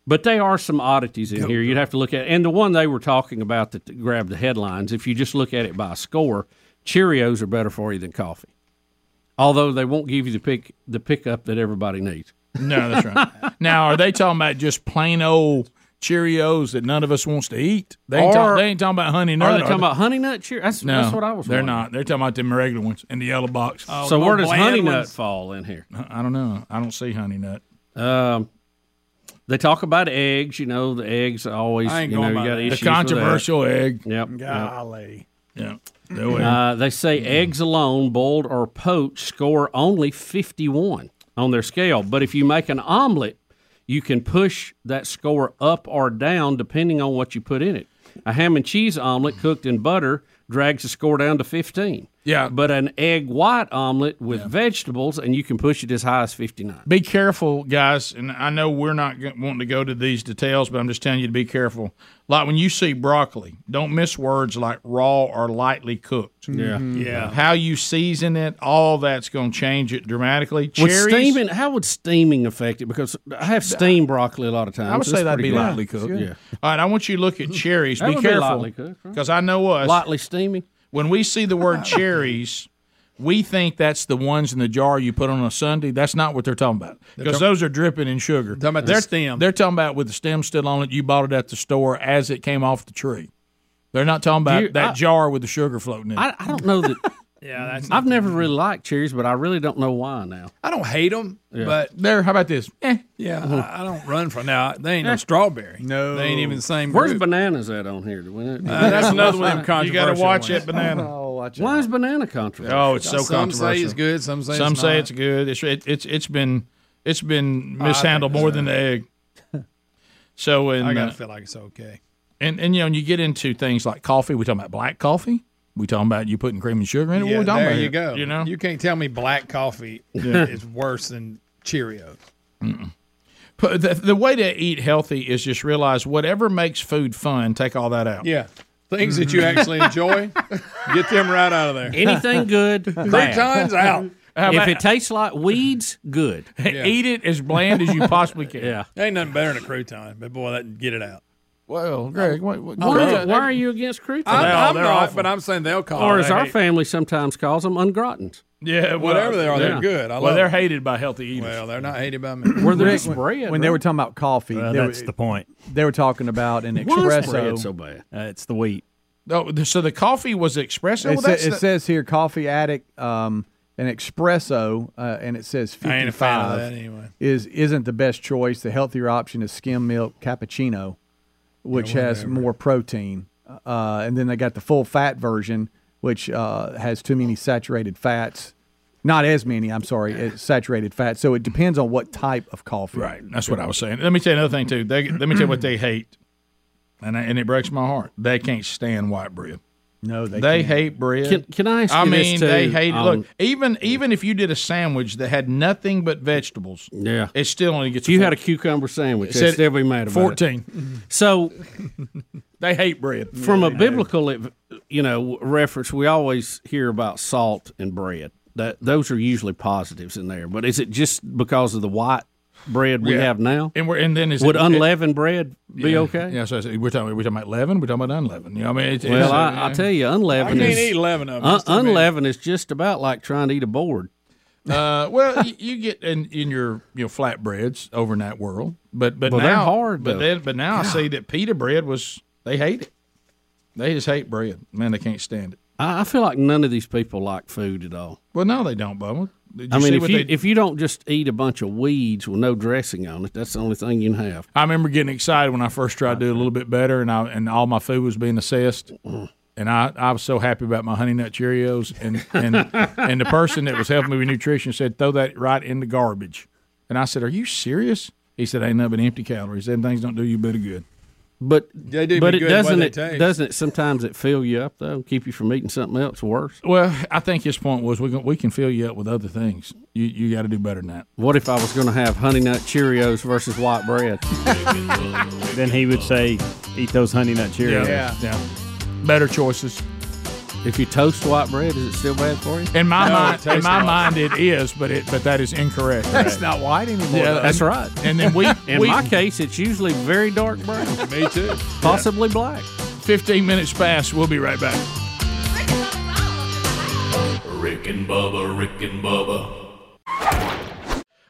B: but they are some oddities in here. You'd have to look at, and the one they were talking about that grabbed the headlines. If you just look at it by score, Cheerios are better for you than coffee, although they won't give you the pick the pickup that everybody needs.
A: No, that's right. now, are they talking about just plain old Cheerios that none of us wants to eat? They ain't, talk-
B: Or-
A: they ain't talking about honey nut.
B: Are they talking about honey nut Cheerios? That's,
A: No,
B: that's what I was.
A: Oh, They're Oh,
B: wondering.
A: not. They're talking about them regular ones in the yellow box.
B: so where does honey nut fall in here?
A: I I don't know. I don't see honey nut.
B: Um, they talk about eggs. You know, the eggs always.
A: I ain't
B: you
A: going
B: know,
A: by
B: you got
A: that. The
B: issues with
A: controversial
B: that.
A: egg.
B: Yep. yep.
H: Golly.
A: Yeah.
B: Uh, they say eggs alone, boiled or poached, score only 51 on their scale. But if you make an omelet, you can push that score up or down depending on what you put in it. A ham and cheese omelet cooked in butter drags the score down to 15.
A: Yeah.
B: But an egg white omelet with vegetables, and you can push it as high as 59.
A: Be careful, guys. And I know we're not g- wanting to go to these details, but I'm just telling you to be careful. Like when you see broccoli, don't miss words like raw or lightly cooked.
B: Yeah. Mhm.
H: Yeah.
A: How you season it, all that's going to change it dramatically.
B: Would
A: Cherries,
B: steaming, how would steaming affect it? Because I have steamed broccoli a lot of times.
A: I would
B: It's
A: say that'd
B: pretty
A: be
B: good.
A: lightly cooked.
B: Yeah.
A: All right, I want you to look at cherries.
B: Mm-hmm. That
A: be
B: would be
A: careful.
B: lightly cooked, right?
A: Because I know us.
B: Lightly steaming.
A: When we see the word cherries, we think that's the ones in the jar you put on a Sunday. That's not what they're talking about. Because
H: talking-
A: those are dripping in sugar. Talking
H: about the
A: they're,
H: stem.
A: They're talking about with the stem still on it. You bought it at the store as it came off the tree. They're not talking about
B: Do you-
A: that
B: I-
A: jar with the sugar floating in it.
B: I, I don't know that. yeah, that's I've never really liked cherries, but I really don't know why now.
H: Mm-hmm. I don't hate them,
B: Yeah.
H: but
A: there, how about this? Eh.
H: yeah, I, I don't run from now. They ain't no strawberry. No, they ain't even the same.
B: Where's
H: group.
B: bananas at on here? Do we know-
H: Uh, that's another one of them
A: You gotta
H: controversial
A: watch
H: ones.
A: that banana.
B: Why is banana controversial?
A: Oh, it's so
H: Some
A: controversial.
H: say it's good, some say
A: some
H: it's
A: say
H: not.
A: it's good. It's it, it's it's been it's been
H: I think
A: mishandled
H: it's
A: more than the egg. So and
H: I gotta
A: uh,
H: feel like it's okay.
A: and and you know, and you get into things like coffee. We talking about black coffee. We talking about you putting cream and sugar in it. What
H: Yeah,
A: we talking
H: there
A: about
H: you
A: here?
H: go.
A: You know,
H: you can't tell me black coffee
A: Yeah.
H: is worse than Cheerios.
A: But the, the way to eat healthy is just realize whatever makes food fun. Take all that out.
H: Yeah, things that
A: Mm-hmm.
H: you actually enjoy, get them right out of there.
B: Anything good, bad.
H: Croutons out.
B: If it tastes like weeds, good.
H: Yeah.
A: Eat it as bland as you possibly can.
B: Yeah.
H: Ain't nothing better than a crouton, but boy, that get it out.
A: Well, Greg, what, what,
B: Why, why are you against croutons?
H: I'm,
A: Well,
H: I'm
A: they're
H: not,
A: awful.
H: but I'm saying they'll call.
B: or
H: it.
B: as
H: I
B: our
H: hate-
B: family sometimes calls them, ungratins.
A: Yeah, well,
H: whatever they are,
B: yeah.
H: they're good. I
A: well,
H: love
A: they're
H: them.
A: hated by healthy eaters.
H: Well, they're not hated by me.
B: Where they're
C: Rick,
B: just
C: when,
B: bread.
C: when they were talking about coffee,
I: Well,
H: Uh,
C: they were-
I: that's the point.
C: They were talking about an
B: Why is
C: espresso.
B: bread so bad?
I: Uh, it's the wheat.
A: Oh, th- so the coffee was espresso.
C: It,
A: Well,
C: sa-
A: that's
C: it
A: the-
C: says here coffee addict um, an espresso, uh, and it says
H: I ain't a fan of
C: 55
H: that anyway.
C: is isn't the best choice. The healthier option is skim milk cappuccino, which has more protein. uh, and then they got the full fat version, which uh, has too many saturated fats. Not as many, I'm sorry, as saturated fats. So it depends on what type of coffee.
A: Right. That's what I was saying. Let me tell you another thing too. They, let me tell you what they hate, and I, and it breaks my heart. They can't stand white bread.
C: No,
A: they,
C: can't.
A: hate bread.
C: Can- can I ask
A: I
C: you
A: mean,
C: this, too?
A: they hate it.
C: Um,
A: Look, even even if you did a sandwich that had nothing but vegetables,
B: Yeah.
A: it still only gets.
B: If you
A: a
B: had a cucumber sandwich,
A: It
B: they'd
A: said
B: still be mad about
A: 14.
B: it. So
A: they hate bread.
B: from a biblical, ev- you know, reference, we always hear about salt and bread. That those are usually positives in there. But is it just because of the white bread we
A: Yeah.
B: have now?
A: And we're and then is
B: would
A: it-
B: unleavened bread be
A: Yeah.
B: okay?
A: Yeah, so I said, we're talking we're talking about leaven. We're talking about unleavened. You know, I mean, it's,
B: well,
A: it's- uh,
B: I, I'll tell you, unleavened.
A: I can't
B: is,
A: eat 11 of 'em.
B: un-
A: It's too many.
B: unleavened is just about like trying to eat a board.
A: Uh, well, you, you get in, in your you know flatbreads over in that world, but but
B: Well,
A: now
B: they're hard,
A: But
B: though.
A: then but now I see that pita bread was they hate it. They just hate bread. Man, they can't stand it.
B: I, I feel like none of these people like food at all.
A: Well, no, they don't, Bubba. Did you
B: I mean,
A: see
B: if
A: what
B: you
A: they
B: if you don't just eat a bunch of weeds with no dressing on it, that's the only thing you can have.
A: I remember getting excited when I first tried to do a little bit better, and I and all my food was being assessed, and I, I was so happy about my Honey Nut Cheerios, and and and the person that was helping me with nutrition said throw that right in the garbage, and I said, are you serious? He said, ain't nothing but empty calories. Them things don't do you a bit of good.
B: But
A: they do
B: But it doesn't it doesn't it sometimes it fill you up though, keep you from eating something else worse.
A: Well, I think his point was we can, we can fill you up with other things. You you got to do better than that.
B: What if I was going to have Honey Nut Cheerios versus white bread?
I: then he would say, "Eat those Honey Nut Cheerios."
A: Yeah. Better choices.
B: If you toast white bread, is it still bad for you?
A: In my
B: No, it
A: mind, in
B: tastes
A: my
B: awful.
A: mind, it is, but it but that is incorrect.
C: That's not white anymore.
A: Yeah,
C: though.
B: That's right.
A: And then we
B: in
A: we-
B: my case, it's usually very dark brown.
A: Me too.
B: Possibly black.
A: 15 minutes past. We'll be right back.
D: Rick and Bubba, Rick and Bubba.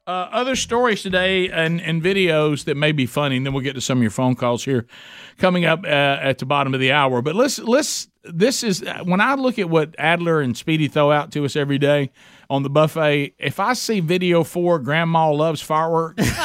A: Uh, other stories today and, and videos that may be funny, and then we'll get to some of your phone calls here coming up uh, at the bottom of the hour. But let's let's this is uh, when I look at what Adler and Speedy throw out to us every day on the buffet. If I see video four, Grandma loves fireworks.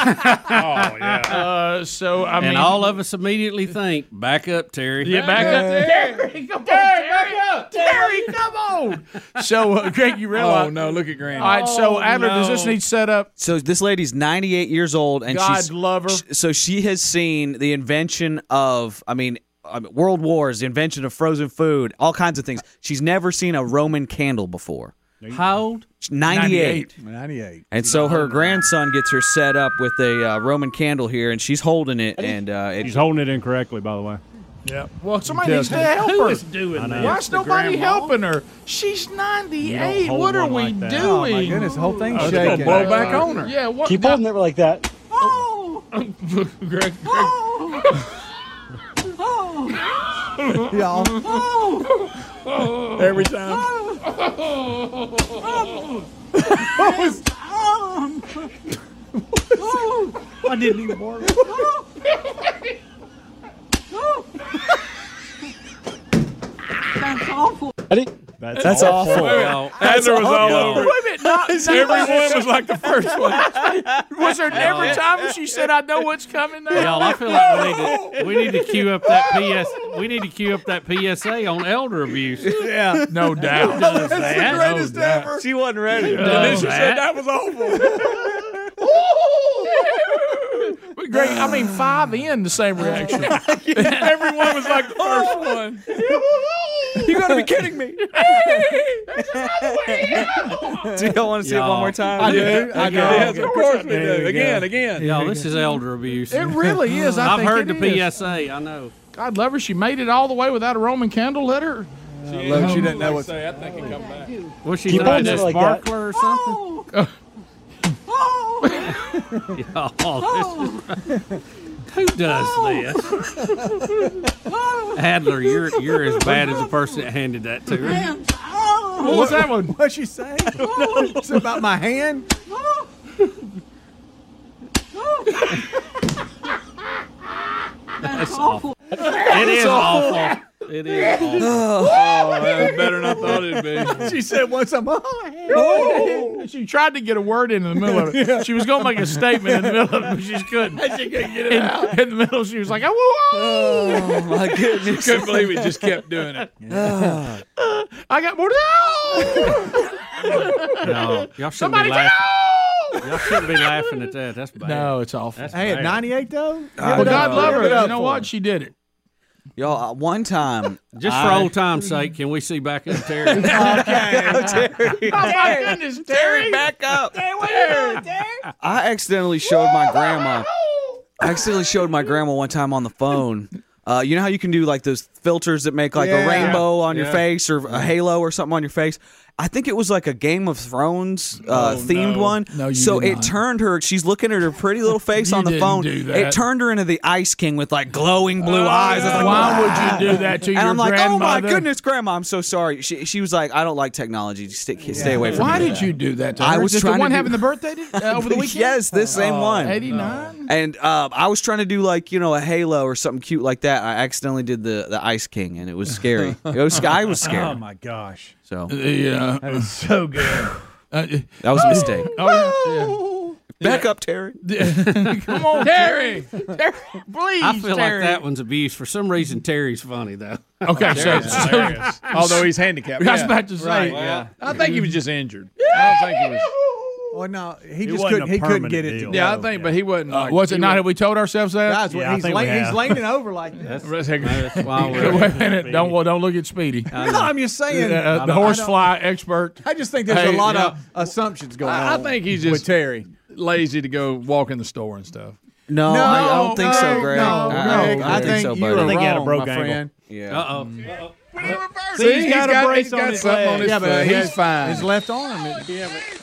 A: Uh, so I mean,
B: and all of us immediately think, back up, Terry.
A: Yeah, back up, Terry. Come on, Terry, back up, Terry. Come on. So, uh, Greg, you realize?
J: Oh, no, look at Granny.
A: All right, so Adler, does this
J: no.
A: need set up?
J: So this lady's 98 years old, and
A: God
J: she's
A: love her.
J: sh- So she has seen the invention of, I mean, I mean, world wars, the invention of frozen food, all kinds of things. She's never seen a Roman candle before.
B: How old?
J: 98.
C: 98.
J: And so her grandson gets her set up with a uh, Roman candle here, and she's holding it, and uh, it,
I: He's holding it incorrectly, by the way.
A: Yeah. Well, somebody
I: Yeah.
A: needs to help her.
I: Who is doing I know. this?
A: Why's
I: The
A: nobody
I: grandma?
A: helping her? She's
I: You don't
A: 98.
I: hold
A: What are
I: one
A: we
I: like that.
A: doing?
I: Oh, my goodness,
C: the whole thing's
A: Oh, it's gonna
C: shaking.
A: Blow back on her. Yeah. What? Oh!
I: Keep holding it like that.
A: Greg, Greg. Oh!
C: Y'all.
A: Every time.
M: I didn't even work. That's awful.
I: I didn't. That's,
C: Oh,
I: awful.
A: Adler was all
I: awful.
A: over. Wait a minute. Not, everyone was like the first one. Was there every time she said, "I know what's coming"? Now?
B: Y'all, I feel like we need to we need to queue up that PS we need to queue up that PSA on elder abuse.
A: Yeah, no doubt.
B: That's the greatest
A: ever.
J: She wasn't ready.
A: And then she said that was awful. But Great. I mean, five in the same reaction. Everyone was like the first one.
J: You gotta be kidding me. Do y'all want to see it one more time?
B: I do. I do. Yes,
J: of course we do. Again, again.
B: Y'all, this is elder abuse.
A: It really is. I
B: I've
A: think
B: heard
A: it
B: the
A: is.
B: PSA. I know.
A: God love her. She made it all the way without a Roman candle. Let her.
C: Look, she doesn't know what's.
A: I think it come back.
B: Was she
I: Keep
B: not
I: on
B: a
I: it like that.
B: sparkler or something? Y'all, oh, this is- who does this? Adler, you're you're as bad as the person that handed that to her.
A: What was that one?
C: What'd she say? it's about my hand.
B: That's awful. It is awful. It is awful.
J: Oh,
A: that was better than I thought it'd be.
C: she said once I'm
A: Oh, she tried to get a word in in the middle of it. She was going to make a statement in the middle of it, but she just couldn't.
F: She couldn't get
A: In, in the middle, she was like, "Oh, whoa, whoa."
F: Oh, my goodness.
A: couldn't believe it. Just kept doing it.
F: Ah.
A: I got more.
B: No, y'all shouldn't
A: Somebody
B: be
A: tell-
B: laughing. Y'all shouldn't be laughing at that. That's bad.
F: No, it's awful.
B: That's
C: Hey, at
B: bad.
C: 98 though.
A: Well, God love
C: Give it
A: her.
C: up
A: You know
C: for
A: what? She did it.
J: Y'all, uh, one time.
B: Just for
J: I-
B: old time's sake, can we see back in Terry?
A: Oh my goodness, Terry,
J: back up.
A: what are you doing,
J: I accidentally showed my grandma. I accidentally showed my grandma one time on the phone. Uh, you know how you can do like those filters that make like
N: Yeah.
J: a rainbow on
N: Yeah.
J: your face or a halo or something on your face. I think it was like a Game of Thrones uh,
N: Oh,
J: themed
N: no.
J: one.
N: No, you
J: so
N: did
J: it
N: not.
J: turned her. She's looking at her pretty little face
N: You
J: on the
N: didn't
J: phone.
N: do that.
J: It turned her into the Ice King with like glowing blue eyes. I was like,
A: Why
J: "Ah."
A: would you do that to
J: and
A: your
J: I'm like, oh
A: grandmother?"
J: my goodness, Grandma, I'm so sorry. She, she was like, I don't like technology. Just stick, stay away from
F: Why
J: me.
F: did you do that to her?
J: I was
F: Just
J: trying
F: the one
J: to do-
F: having the birthday did- uh, over the weekend?
J: Yes, this same
F: Oh,
J: one.
F: 89?
J: And uh, I was trying to do like you know a halo or something cute like that. I accidentally did the the Ice King, and it was scary. It was sky was scary.
C: Um,
O: Oh my gosh.
J: So
F: Yeah.
O: That was so good.
A: Uh,
J: that was a mistake.
F: Oh,
J: Back up, Terry.
A: Come on, Terry. Terry, please.
B: I feel
A: Terry.
B: like that one's abused. For some reason, Terry's funny though.
A: Okay, so,
B: Terry's
A: so
B: hilarious.
H: Although he's handicapped.
A: I was about to say,
H: Right,
A: yeah.
H: yeah. I think he was just injured. I don't think he was.
C: Well, no, he
H: It
C: just
H: wasn't
C: couldn't.
H: a
C: He couldn't
H: permanent
C: get it.
H: deal.
C: Together.
A: Yeah, I think, but he wasn't.
H: Uh,
A: like- was it
H: he
A: not?
H: was-
A: Have we told ourselves that?
C: Guys,
H: Yeah, I
C: he's,
H: think
C: la-
H: we have.
C: he's leaning over like this.
B: that's why we're-
A: Wait a minute. Don't, well, don't look at Speedy.
C: No, I'm just saying.
A: Uh,
C: I
A: the
C: don't-
A: horsefly expert.
C: I just think there's
A: Hey,
C: a lot
A: yeah.
C: of assumptions going
H: I, I
C: on.
H: think he's just
C: with Terry.
H: lazy to go walk in the store and stuff.
J: No,
C: No,
J: I, I don't think so,
C: no,
J: Greg.
C: no,
J: I,
C: no,
J: I don't,
C: I
J: think
C: think
J: so,
C: you
J: buddy.
C: are I think he had a wrong, broke
H: my angle. friend.
J: Yeah.
B: Uh-oh.
H: See, he's got, a brace on his leg.
C: yeah, but
H: he's
C: his-
H: fine.
C: His left arm. it-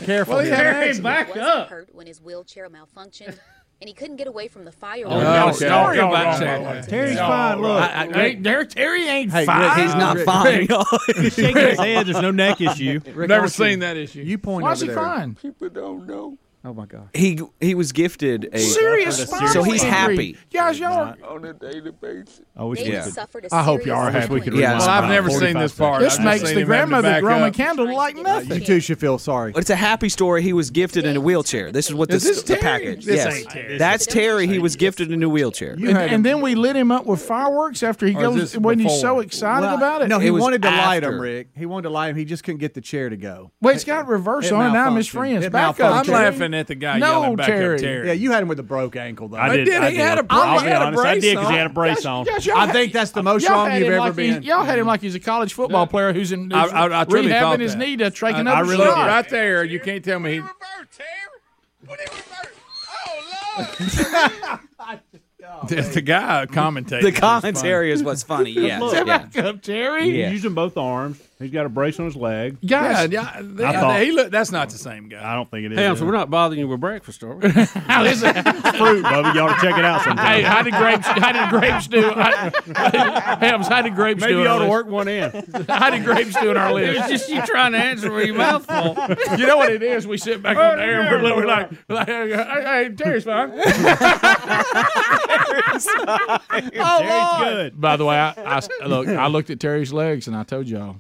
C: Careful.
H: Well, he
C: here.
H: had an accident.
P: He wasn't hurt when his wheelchair malfunctioned, and he couldn't get away from the fire.
B: Oh, no, sorry about Terry.
H: Terry's
B: fine, look.
A: I, I, Terry- Terry ain't
C: Hey,
A: fine.
C: Rick, he's not Rick, fine, Rick. y'all. He's shaking his head. There's no neck issue. Rick,
A: Never
C: aren't
A: seen
C: you-
A: that issue.
C: you point
A: Why is
C: over
A: he
C: there.
A: fine?
J: People don't know.
C: Oh my God.
J: He he was gifted a
A: Serious spinal
J: so he's
A: injury.
J: happy.
A: Guys, y'all are
J: On a daily basis.
I: I wish
P: They
I: we
P: just
I: could-
P: suffered a
I: I hope
P: serious
I: y'all are happy.
P: mental
I: We could
P: illness.
J: Yeah,
I: rewind
J: Well, I've
I: about
J: never
A: seen
I: 45
A: this part. This
I: seconds.
A: I've makes seen the him having to grandmother back Roman up. candle like
C: You
A: nothing.
C: two should feel sorry.
J: But it's a happy story. He was gifted a new wheelchair. This is what
A: Is
J: this,
A: this
J: the
A: Terry?
J: package.
A: This
J: yes,
A: ain't Terry.
J: that's Terry. He was gifted a new wheelchair.
A: And, and then we lit him up with fireworks after he
J: Or is
A: goes
J: this
A: when he's so
J: before?
A: excited
C: Well,
A: about it.
C: No, he
J: It was
C: wanted to light
J: after.
C: him, Rick. He wanted to light him. He just couldn't get the chair to go.
A: Well, it's got reverse on it. I'm his
C: malfunctioned.
A: friends.
C: It
A: Back up.
C: malfunctioned.
H: I'm laughing at the guy
A: No,
H: yelling back
A: Terry.
H: up Terry.
C: Yeah, you had him with a broke ankle though.
H: I I did, did. I He did. had a broke- I'll be he had a honest, I brace did 'cause he on. had a brace Yes, on. yes, y'all
C: I
H: had-
C: think that's the most
A: Y'all
C: wrong
A: had
C: you've
A: him
C: ever
A: like he's-
C: been.
A: Y'all had him like he's a college football player who's in
H: I-
A: who's
H: I- I truly
A: rehabbing
H: thought
A: his
H: that.
A: knee to taking
H: I-
A: up
H: I
A: his
H: really
A: shot.
H: did. Right there, you can't tell me. He, the, the guy commentated.
J: The commentary is what's funny. Yeah.
I: Look.
J: yeah.
A: up, Terry.
J: Yeah.
I: He's using both arms. He's got a brace on his leg.
A: Guys,
H: yeah, they-
I: I thought-
H: he look, that's not the same guy.
I: I don't think it is.
B: Hams, we're not bothering you with breakfast, are we?
A: How is it?
I: fruit, Bubba. Y'all ought to check it out sometime.
A: Hey, how did grapes? How did grapes do? I- Hams, how did grapes
I: Maybe
A: do? in
I: you
A: our
I: ought to
A: list?
I: work one in.
A: How did grapes do in our list?
B: It was just you trying to answer with your mouth full.
A: You know what it is? We sit back on the air and we're, we're like, like, hey, hey, Terry's fine.
I: Terry's good.
A: By the way, I, I- look. I looked at Terry's legs and I told y'all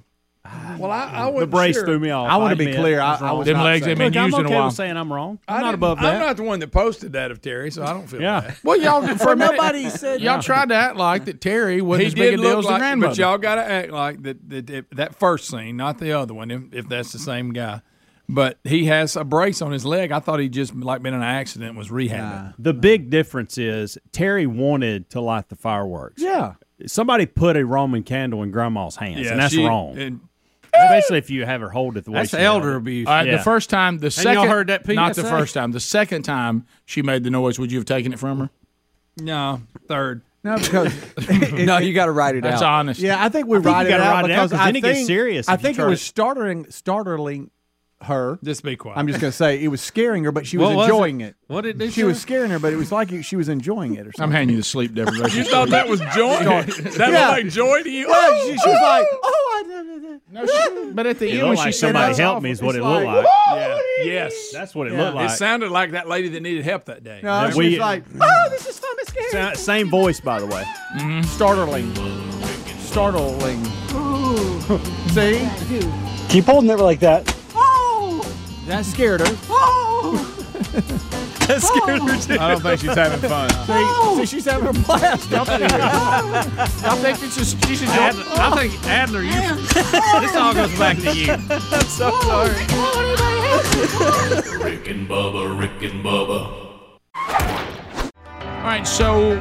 H: Well, I, I
I: The
H: wasn't
I: brace
H: sure.
I: threw me off.
C: I want to be
I: admit.
C: clear. I,
I: was
C: I
I: wrong.
C: was
A: Them
C: not
A: legs
C: saying-
A: ain't been
I: Look, I'm
A: used in a
I: okay
A: while.
I: with saying I'm wrong.
H: I
I: I'm not
H: didn't-
I: above
H: I'm
I: that.
H: not the one that posted that of Terry, so I don't feel
I: Yeah.
H: bad.
A: Well, y'all for a minute,
C: nobody said
A: y'all
C: that.
A: tried to act like that Terry wasn't
H: He
A: as big a
H: did
A: deal
H: look
A: as the
H: like,
A: grandmother.
H: but y'all got to act like that, that that that first scene, not the other one, if, if that's the same guy. But he has a brace on his leg. I thought he just like been in an accident, and was rehabbing.
I: The big difference is Terry wanted to light the fireworks.
H: Yeah.
I: Somebody put a Roman candle in Grandma's hands,
H: Yeah,
I: and that's
H: she-
I: wrong.
H: and-
I: Especially if you have her hold it the way
B: That's
I: she held
B: elder
I: it.
B: abuse.
A: All right,
I: Yeah.
A: the first time, the
I: y'all
A: second
I: heard that, Pete, I
A: not the
I: say?
A: first time, the second time she made the noise. Would you have taken it from her?
H: No, third.
C: No, because
J: No, you got to write it
A: That's
J: out.
A: honest.
C: yeah, I think we
I: I think you
C: ride it
I: gotta
C: out
I: ride it out
C: because
I: 'cause
C: I
I: then it gets
C: think-
I: serious
C: I
I: if you
C: think it
I: try
C: was
I: to-
C: startling, startling her.
H: Just be quiet.
C: I'm just going to say it was scaring her, but she was
B: What was
C: enjoying
B: it?
C: it.
B: What did it do
C: she
B: to
C: was
B: her?
C: scaring her, but it was like she was enjoying it or
A: I'm
C: something.
A: handing you the sleep deprivation.
H: thought that was joy. that was
C: Yeah.
H: like joy to you.
C: Yeah, she, she was like, "Oh,
A: No, she- but at the
I: It
A: end, when
I: looked
A: she
I: like
A: said
I: somebody
A: that's
I: helped
A: awful,
I: me is what
A: it's
I: it looked like.
H: Yeah. Yes.
I: That's what it
C: Yeah.
I: looked
H: It
I: like.
H: sounded like that lady that needed help that day.
C: no, she
I: we-
C: was like, oh, this is fun, it's scary.
I: Sa-
A: Mm-hmm.
I: same voice, by the way.
C: startling, startling.
O: Ooh.
C: See?
F: Keep holding it like that.
C: Oh! That scared her. Oh!
F: That scared her too.
A: I don't think she's having fun. Oh.
C: See, see, she's having a blast.
A: Y'all think, y'all think this is, she should Adler, I think Adler, you. this all goes back to you.
F: I'm so sorry.
D: Rick and Bubba, Rick and Bubba.
A: All right, so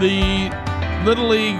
A: the Little League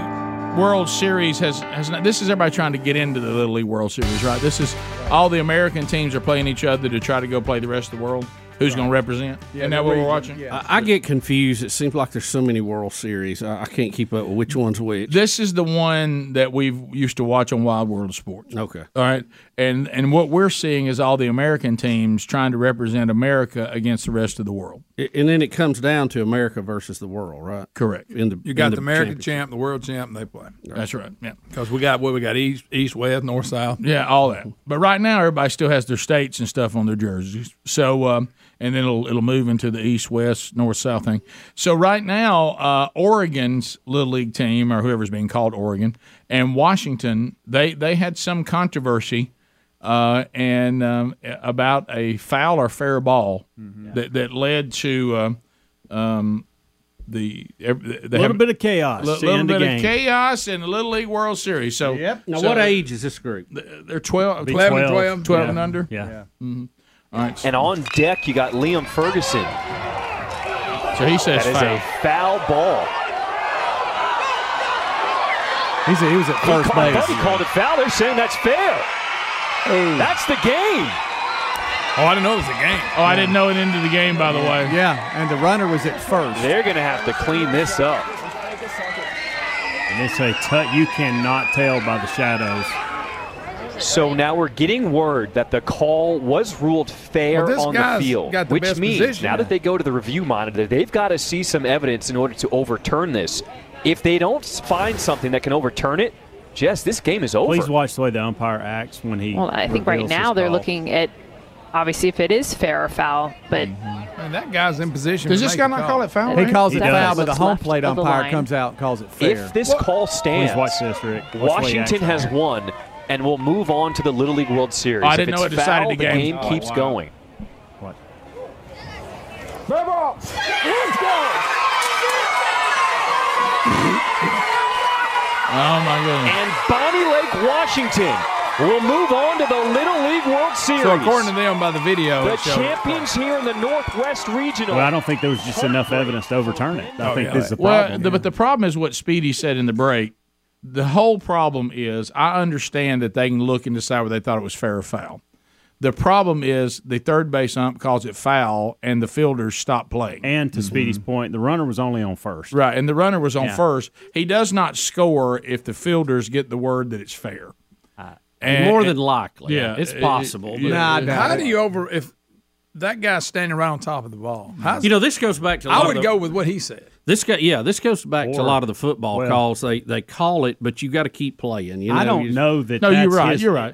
A: World Series has has not, this is everybody trying to get into the Little League World Series, right? This is all the American teams are playing each other to try to go play the rest of the world. Who's going to represent?
H: Yeah,
A: Isn't that
H: the
A: what we're
H: region,
A: watching?
H: yeah.
B: I, I get confused. It seems like there's so many World Series. I, I can't keep up with which one's which.
A: This is the one that we've used to watch on Wild World of Sports.
B: Okay.
A: All right. And and what we're seeing is all the American teams trying to represent America against the rest of the world.
B: I- And then it comes down to America versus the world, right?
A: Correct.
B: In the
H: You got
B: in
H: the, American
B: championship.
H: champ, the world champ, and they play.
A: That's right. Yeah.
H: Because we got what we got east, east, west, north, south.
A: Yeah, all that. But right now, everybody still has their states and stuff on their jerseys. So, um, and then it'll it'll move into the east, west, north, south thing. So right now, uh, Oregon's little league team or whoever's being called Oregon and Washington, they they had some controversy uh, and um, about a foul or fair ball
B: Mm-hmm.
A: that that led to. Um, um, the ev- they
I: Little
A: haven't-
I: bit of chaos
A: li-
I: to
A: little
I: end the
A: bit
I: game.
A: of chaos in the Little League World Series. So, yep.
B: Now, what age is this group?
A: They're 12,
B: Be
A: 11 12,
B: 12.
A: 12 and
B: Yeah.
A: under.
B: Yeah.
A: Mhm. All right.
Q: And on deck, you got Liam Ferguson.
A: So he says
Q: that is
A: foul.
Q: a foul ball.
C: He said he was at
Q: He
C: first
Q: called,
C: base.
Q: Buddy called it foul. They're saying that's fair. That's the game.
H: Oh, I didn't know it was a game.
A: Oh, I didn't know it ended the game, by the way.
C: Yeah, and the runner was at first.
Q: They're going to have to clean this up.
I: And they say, "Tut, you cannot tell by the shadows."
Q: So now we're getting word that the call was ruled fair
I: Well, this
Q: on the
I: guy's
Q: field,
I: got the
Q: which
I: best
Q: means position. now that they go to the review monitor, they've got to see some evidence in order to overturn this. If they don't find something that can overturn it, Jess, this game is over.
I: Please watch the way the umpire acts when he.
R: Well, I think right
I: reveals
R: now
I: his
R: they're
I: call.
R: looking at obviously if it is fair or foul, but
H: Man, that guy's in position.
A: Does
H: to
A: this
H: make
A: guy
H: a
A: not call it foul?
C: He
A: right?
C: calls it
A: He does.
C: foul, but the
A: What's
C: home
A: left
C: plate
A: of the
C: umpire
A: line.
C: comes out and calls it fair.
Q: If this call stands,
I: Please watch this, Rick. Watch the way he
Q: Washington
I: acts
Q: has
I: out.
Q: won, and we'll move on to the Little League World Series.
A: I didn't
Q: if
A: know
Q: it's
A: it decided
Q: foul,
A: the game.
Q: game
A: Oh,
Q: keeps
A: wow.
Q: going.
A: Oh, my goodness.
Q: And Bonnie Lake, Washington will move on to the Little League World Series.
H: So according to them, by the video,
Q: the
H: it showed-
Q: champions here in the Northwest Regional.
I: Well, I don't think there was just enough evidence to overturn it.
A: Oh,
I: I think this is the problem.
A: Well, the, but the problem is what Speedy said in the break. The whole problem is I understand that they can look and decide whether they thought it was fair or foul. The problem is the third base ump calls it foul, and the fielders stop playing.
I: And to Speedy's point, the runner was only on first.
A: Right, and the runner was on
I: Yeah.
A: first. He does not score if the fielders get the word that it's fair.
B: Uh, More than likely. It's possible, but- Nah, I doubt
H: how
B: it.
H: do you over if that guy's standing right on top of the ball? How's-
B: You know, this goes back to. a lot
H: I
B: of
H: would
B: the-
H: go with what he said.
B: This guy, yeah, this goes back to
H: Or-
B: a lot of the football
I: well-
B: calls. They they call it, but you got to keep playing. You know,
I: I
B: You
I: don't
B: just-
I: know that. that's his-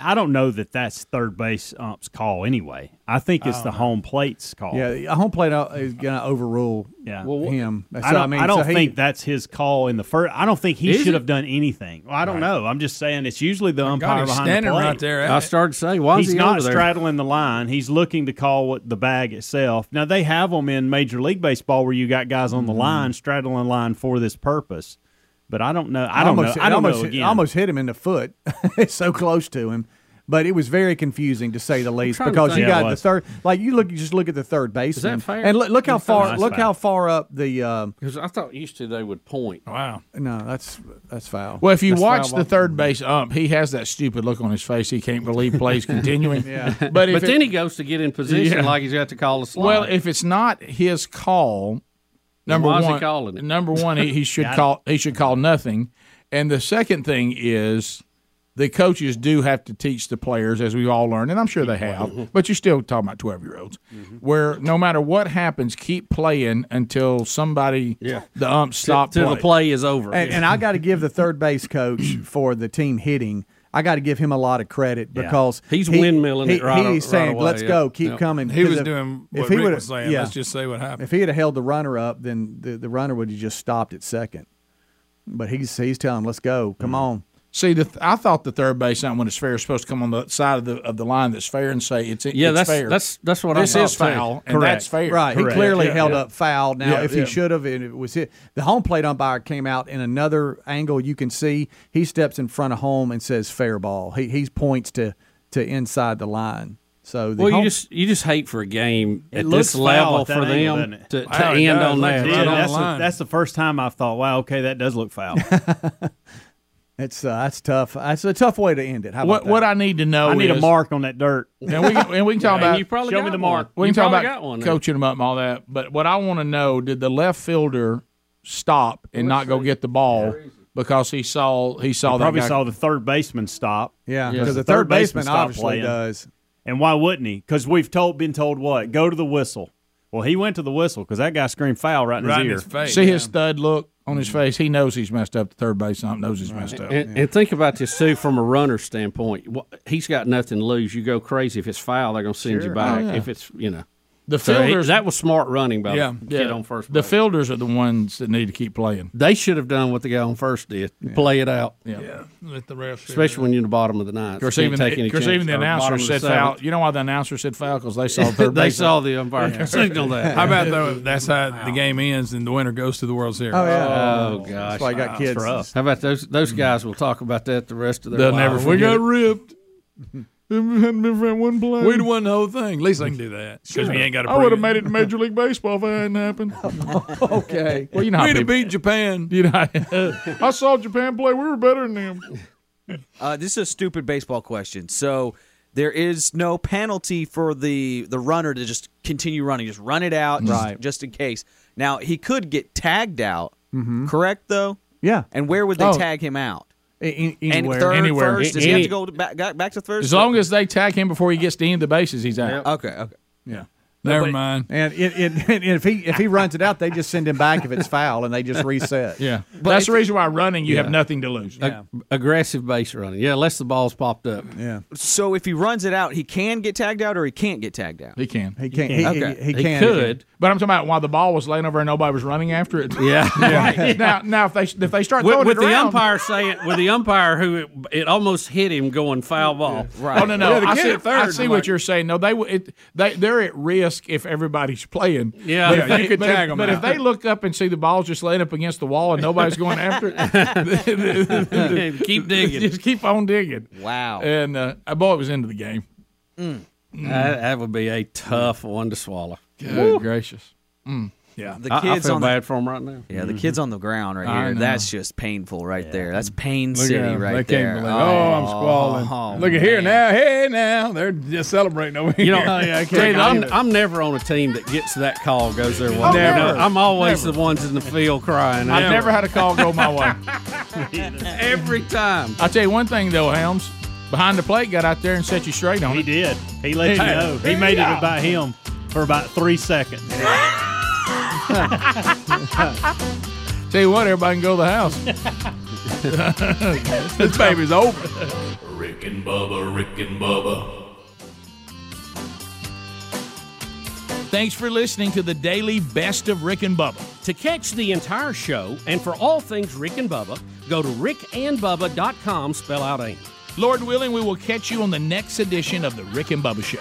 I: I don't know that that's third base ump's call anyway. I think it's
C: I
I: the home plate's call.
C: Yeah, a home plate out- is going to overrule
I: Yeah.
C: him. That's
I: I
C: what
I: don't, I
C: mean,
I: don't
C: So he-
I: think that's his call in the first. I don't think he
C: Is
I: should
C: it?
I: have done anything. Well, I don't know. I'm just saying it's usually the
H: God,
I: umpire
H: he's
I: behind
H: standing
I: the plate.
H: right there. I
B: started to say, why is
I: he's
B: he
I: not
B: over there?
I: straddling the line. He's looking to call what the bag itself. Now they have them in Major League Baseball where you got guys on the line straddling the line for this purpose. But I don't know. I don't
C: almost,
I: know. I don't
C: almost,
I: know again.
C: almost hit him in the foot. it's so close to him. But it was very confusing to say the least
I: trying to
C: because
I: think.
C: you
I: Yeah, it
C: got the
I: was.
C: third. Like you look, you just look at the third baseman.
B: Is that fair?
C: And look, look how
B: It's not
C: far,
B: nice
C: look
B: foul.
C: how far up the. Um,
B: Because I thought used to they would point.
H: Wow.
C: no, that's that's foul.
A: Well, if you
C: That's
A: watch
C: foul
A: the
C: ball.
A: third base ump, he has that stupid look on his face. He can't believe plays continuing.
B: Yeah.
A: But, if
B: But
A: it-
B: then he goes to get in position
A: Yeah.
B: like he's got to call a slide.
A: well, if it's not his call,
B: Then
A: number
B: why is he
A: one,
B: calling it?
A: number one, he, he should
B: Got it.
A: call he should call nothing. And the second thing is, the coaches do have to teach the players, as we've all learned, and I'm sure they have. But you're still talking about twelve year olds, where no matter what happens, keep playing until somebody, the ump, stop
C: till the
B: play is over.
C: And, and I got to give the third base coach for the team hitting. I got to give him a lot of credit
B: Yeah.
C: because
B: He's
C: he-
B: windmilling
C: he,
B: it right a-
C: He's
B: right
C: saying,
B: away,
C: "Let's
B: yeah.
C: go, keep
B: Yeah.
C: coming."
H: He was
C: Because if-
H: doing
C: if
H: what
C: he
H: Rick
C: would've-
H: was saying.
C: yeah.
H: Let's just say what happened.
C: If he had held the runner up,
B: Mm.
C: then the, the runner would have just stopped at second. But he's he's telling, him, "Let's go, come on."
A: See, the, I thought the third baseline when it's fair is supposed to come on the side of the of the line that's fair and say it's
B: Yeah,
A: it's
B: that's-
A: fair.
B: that's- that's what I
A: this
B: thought,
A: is
B: too.
A: foul and
B: Correct.
A: that's fair.
C: Right. He clearly held
A: Yeah.
C: up foul. Now,
A: Yeah,
C: if
A: yeah.
C: he should have, and it was hit, the home plate umpire came out in another angle. You can see he steps in front of home and says fair ball. He he points to to inside the line. So the
B: well,
C: home-
B: you just you just hate for a game
I: It
B: at
I: looks
B: this
I: foul
B: level
I: at that
B: for
I: angle,
B: them
I: doesn't it?
B: to, to
I: Wow, it
B: end
I: does. Looks
B: on that.
I: like it
B: Right
I: did.
B: on
I: that's,
B: the
I: the-
B: line.
I: that's the first time I've thought, wow, okay, that does look foul.
C: it's uh, that's tough. That's a tough way to end it. How about
I: What-
C: that?
I: what I need to know I need a is- mark on that dirt.
A: And we and we can talk
I: Yeah, and
A: about
I: you probably Show me got the mark. one.
A: We
I: You
A: can talk
I: probably
A: about
I: got one there.
A: coaching them up and all that. But what I want to know: Did the left fielder stop and not go get the ball because he saw he saw
I: He
A: that
I: probably
A: guy?
I: saw the third baseman stop.
C: Yeah,
A: Yeah. 'cause the
C: third baseman
I: stopped
C: obviously does.
I: And why wouldn't he? Because we've told been told what go to the whistle. Well, he went to the whistle because that guy screamed foul right in his ear.
A: See his stud look on his face. He knows he's messed up. The third base knows he's messed up.
B: And, and think about this too, from a runner standpoint. Wha- He's got nothing to lose. You go crazy if it's foul, they're going to send
A: Sure.
B: you back.
A: Oh, yeah.
B: If it's you know,
A: The
B: So he-
A: fielders-
B: that was smart running by
A: yeah,
B: the kid on first.
A: The fielders are the ones that need to keep playing.
B: They should have done what the guy on first did. Play it out.
A: Yeah. Let the refs figure it
B: Especially when you're in the bottom of the ninth.
A: Of course,
B: Can't
A: even,
B: take
A: the,
B: any
A: of course,
B: chances.
A: even the
B: Or bottom
A: announcer
B: of the
A: said
B: seventh.
A: foul. You know why the announcer said foul? Because they saw third
B: They
A: base.
B: saw the Oh, umpire signal that.
S: How about though? That's how the game ends and the winner goes to the World Series.
B: Oh, gosh. How about those those guys? We'll talk about that the rest of their
S: They'll
B: lives.
S: never forget it.
A: ripped.
S: hadn't been for one play. We'd won the whole thing. At least I can do that because we ain't got.
A: I would have made
S: it in Major League Baseball if that hadn't happened.
C: okay.
A: Well, you know how
S: We'd have
A: people-
S: beat Japan.
A: You know,
S: I saw Japan play. We were better than them.
J: Uh, this is a stupid baseball question. So there is no penalty for the the runner to just continue running, just run it out, just,
C: Right.
J: just in case. Now he could get tagged out, correct though?
C: Yeah.
J: And where would they
A: Oh.
J: tag him out?
C: A- a-
J: And
A: anywhere.
J: third,
A: Anywhere.
J: first, does he have
A: Any-
J: to go to back, back back to first?
A: as long as they tag him before he gets to any of the bases, he's out.
J: okay, okay.
A: Yeah. Never mind.
C: And, it, it, and if he if he runs it out, they just send him back if it's foul, and they just reset.
A: Yeah. That's the reason why running, you
B: Yeah.
A: have nothing to lose.
B: Ag- aggressive base running. Yeah, unless the ball's popped up.
C: Yeah.
J: So if he runs it out, he can get tagged out, or he can't get tagged out.
A: He can.
C: He
J: can't- he- Okay. he- he He can. could.
A: But I'm talking about while the ball was laying over and nobody was running after it.
B: Yeah.
A: Right. Now, now if they if they start
B: With,
A: throwing
B: with
A: it
B: the
A: around,
B: umpire saying, with the umpire who it, it almost hit him going foul ball.
A: Oh no no! I see, I see what you're saying. No, they would- it, they they're at risk if everybody's playing.
B: Yeah.
A: but
B: Yeah,
A: if they-
B: you could
A: but if-
B: tag 'em
A: But if
B: out.
A: they look up and see the ball's just laying up against the wall and nobody's going after it,
B: Keep digging.
A: Just keep on digging.
J: Wow.
A: And uh, I boy, it was into the game.
B: That, that would be a tough one to swallow.
A: Good gracious. Yeah.
J: The
B: I- I
J: kids
B: feel
J: on the-
B: bad for him right now.
J: Yeah, the kids on the ground right
B: I
J: here.
B: know.
J: That's just painful right there. That's Pain
S: Look at
J: City
S: them.
J: right
S: They
J: there.
S: can't believe it. Oh, I'm squalling.
J: oh,
S: Look at here now. Hey now, they're just celebrating over here.
B: You know,
T: Oh,
S: Yeah, I can't
B: Jalen,
S: believe
B: I'm,
S: it.
B: I'm never on a team that gets that call goes their way.
S: Oh, never.
B: No, I'm always the ones in the field crying.
A: I've never had a call go my way.
B: Every time.
A: I'll tell you one thing though, Helms. Behind the plate, got out there and set you straight on
I: He
A: it.
I: did. He let you
A: Yeah.
I: know. He made it
A: Yeah.
I: about him for about three seconds.
A: Tell you what, everybody can go to the house. this baby's over.
D: Rick and Bubba, Rick and Bubba.
A: Thanks for listening to the daily best of Rick and Bubba.
T: To catch the entire show and for all things Rick and Bubba, go to rickandbubba.com, spell out AIM.
A: Lord willing, we will catch you on the next edition of the Rick and Bubba Show.